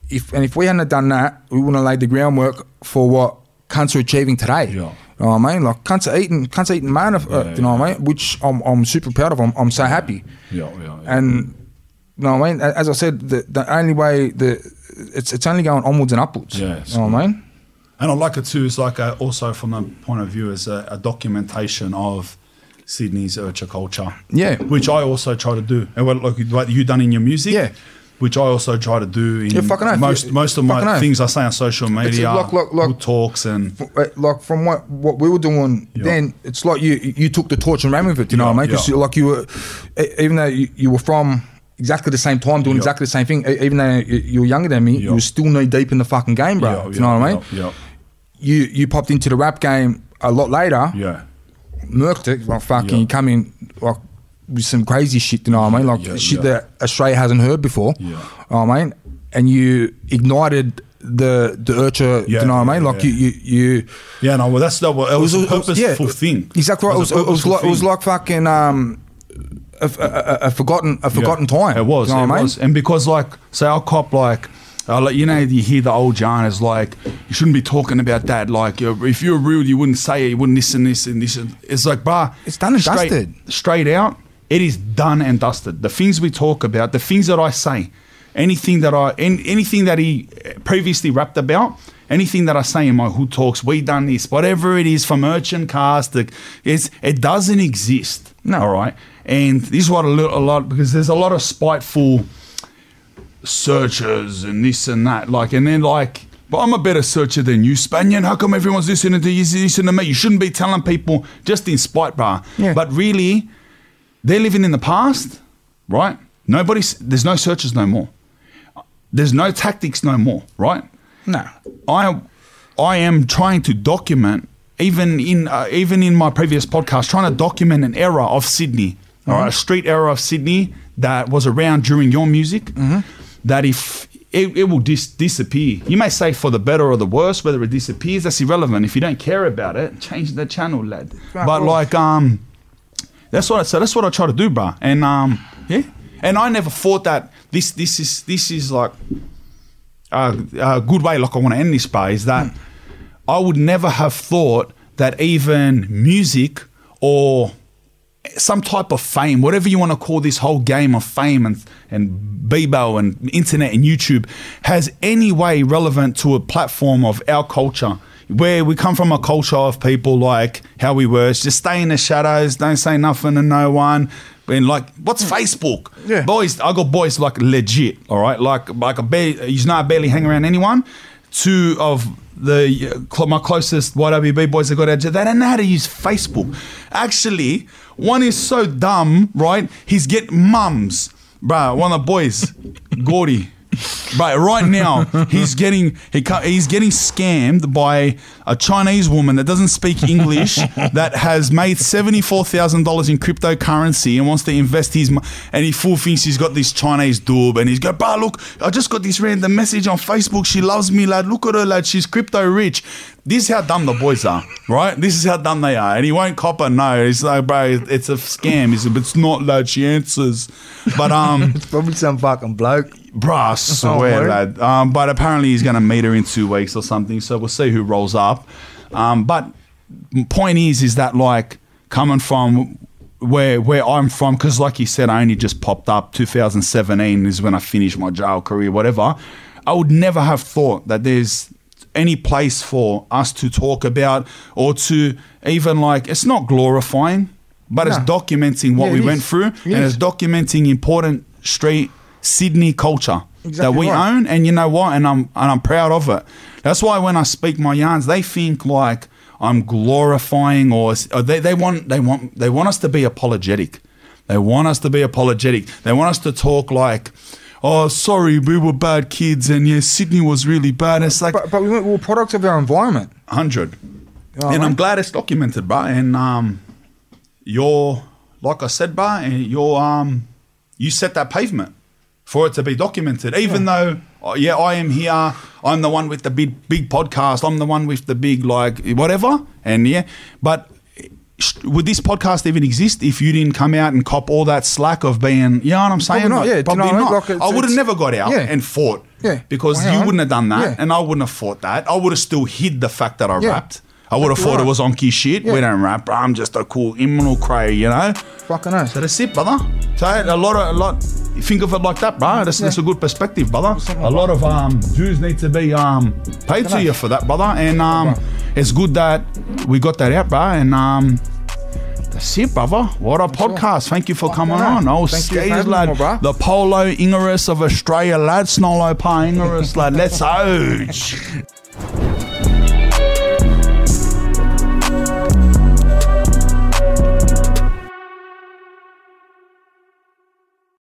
A: if and if we hadn't have done that, we wouldn't have laid the groundwork for what cunts are achieving today.
C: Yeah.
A: You know what I mean? Like cunts are eating, cunts are eating man. of earth, you know what I mean? Which I'm, I'm super proud of. I'm, I'm so happy.
C: Yeah, yeah, yeah.
A: And you know what I mean? A- As I said, the, the only way the it's it's only going onwards and upwards.
C: Yeah, it's
A: you know what I mean?
C: And I like it too. It's like a, also from the point of view as a, a documentation of Sydney's urcha culture.
A: Yeah.
C: which I also try to do, and what like, like you done in your music.
A: Yeah.
C: which I also try to do in
A: Yeah, fucking oath.
C: most
A: Yeah,
C: most of
A: fucking
C: my
A: oath.
C: things I say on social media,
A: like- like- like-
C: good talks, and
A: F- uh, Like from what what we were doing then, it's like you you took the torch and ran with it. You know
C: Yeah,
A: what I mean? Because
C: yeah.
A: like you were, e- even though you, you were from exactly the same time doing
C: Yeah.
A: exactly the same thing, e- even though you you were younger than me, you
C: Yeah.
A: were still knee deep in the fucking game, bro.
C: Yeah,
A: you
C: yeah,
A: know what I mean?
C: yeah, yeah.
A: You you popped into the rap game a lot later.
C: yeah,
A: murked it, like
C: Yeah.
A: fucking come in like with some crazy shit, you know what I mean? Like
C: Yeah,
A: shit
C: yeah.
A: that Australia hasn't heard before.
C: Yeah.
A: You know what I mean? And you ignited the the urcha,
C: Yeah,
A: you know what I mean?
C: yeah,
A: Like
C: yeah.
A: you you, you
C: yeah. No, well, that's that. Well, it was,
A: it
C: a purposeful thing.
A: Exactly right. It was,
C: a
A: it was
C: purposeful
A: like it was
C: thing.
A: like fucking um a, a, a, a forgotten a
C: Yeah.
A: forgotten time.
C: It was.
A: You know
C: it
A: what I mean?
C: was. And because, like, say, I'll cop, like, uh, like, you know, you hear the old yarn is like, you shouldn't be talking about that. Like, you're, if you're rude, you wouldn't say it. You wouldn't this and this and this. And, it's like, bah.
A: It's done and
C: straight,
A: dusted.
C: Straight out, it is done and dusted. The things we talk about, the things that I say, anything that I, an anything that he previously rapped about, anything that I say in my hood talks, we done this, whatever it is from merchant cast, the, it's, it doesn't exist.
A: No.
C: All right. And this is what a lot, a lot because there's a lot of spiteful searchers and this and that. Like, and then like, but I'm a better searcher than you, Spanian. How come everyone's listening to you? Listen to me. You shouldn't be telling people just in spite, bar.
A: Yeah.
C: But really, they're living in the past, right? Nobody's there's no searchers no more. There's no tactics no more, right?
A: No.
C: I I am trying to document even in uh, even in my previous podcast trying to document an era of Sydney, all right, a street era of Sydney that was around during your music. That if it, it will dis- disappear, you may say for the better or the worse. Whether it disappears, that's irrelevant. If you don't care about it, change the channel, lad.
A: Right,
C: but
A: cool.
C: like um, that's what I so that's what I try to do, bruh. And um, yeah, and I never thought that this this is this is like a, a good way. uh, Like I want to end this, bruh, is that I would never have thought that even music or some type of fame, whatever you want to call this whole game of fame and and Bebo and internet and YouTube, has any way relevant to a platform of our culture. Where we come from a culture of people like how we were, just stay in the shadows, don't say nothing to no one. And like, what's Facebook?
A: Yeah.
C: Boys, I got boys like legit, all right? Like, like a ba- you know, I barely hang around anyone. Two of the uh, cl- my closest YWB boys I got out, they don't know how to use Facebook. Actually, one is so dumb, right? He's get mums, bruh. One of the boys, Gordy. Right, right now he's getting he co- he's getting scammed by a Chinese woman that doesn't speak English that has made seventy four thousand dollars in cryptocurrency and wants to invest his mo- and he fool thinks he's got this Chinese doob and he's go, bah, look, I just got this random message on Facebook. She loves me, lad. Look at her, lad. She's crypto rich. This is how dumb the boys are, right? This is how dumb they are, and he won't cop a no. He's like, bro, it's a scam. He's like, "But it's not, lad. She answers, but um.
D: Probably some fucking bloke.
C: Bruh, I swear,
D: word.
C: lad. Um, but apparently he's going to meet her in two weeks or something. So we'll see who rolls up. Um, but m- point is, is that like coming from where where I'm from, because like you said, I only just popped up. 2017 is when I finished my jail career, whatever. I would never have thought that there's any place for us to talk about or to even like it's not glorifying, but it's
A: No.
C: documenting what
A: Yeah,
C: we
A: it
C: went
A: is.
C: through
A: It
C: and
A: is.
C: it's documenting important street Sydney culture that
A: Exactly
C: we
A: right.
C: own, and you know what? And I'm and I'm proud of it. That's why when I speak my yarns, they think like I'm glorifying, or, or they, they want they want they want us to be apologetic. They want us to be apologetic. They want us to talk like, oh, sorry, we were bad kids, and yeah, Sydney was really bad. It's like
A: But but we were we were products of our environment.
C: hundred,
A: Yeah,
C: and I'm
A: right.
C: glad it's documented, bro. And um, you're like I said, bro, and you're um, you set that pavement for it to be documented. Even though, uh, yeah, I am here. I'm the one with the big big podcast. I'm the one with the big like whatever. And yeah, but sh- would this podcast even exist if you didn't come out and cop all that slack of being, you know what I'm saying?
A: Probably not, yeah. Do you
C: probably
A: know what I mean?
C: not.
A: Like, it's-
C: I would have
A: it's-
C: never got out
A: Yeah.
C: and fought.
A: Yeah.
C: Because
A: Well,
C: you
A: yeah.
C: wouldn't have done that,
A: Yeah.
C: and I wouldn't have fought that. I would have still hid the fact that I
A: Yeah.
C: rapped. I would have
A: Exactly
C: thought it
A: right.
C: was onky shit. We
A: Yeah.
C: don't rap. bro. I'm just a cool immoral cray, you know.
A: Fucking hell.
C: So that's it, brother. So a lot of a lot. Think of it like that, bro. That's, that's a good perspective, brother. A lot of um, Jews need to be um, paid to you for that, brother. And um, it's good that we got that out, bro. And um, that's it, brother. What a podcast. Thank you for coming
A: hell.
C: on.
A: Thank
C: Oh,
A: you for
C: skaters,
A: having
C: lad.
A: me, bro.
C: The Polo Ingeris of Australia, lad. Snolo Pa Ingeris, lad. Let's ouch.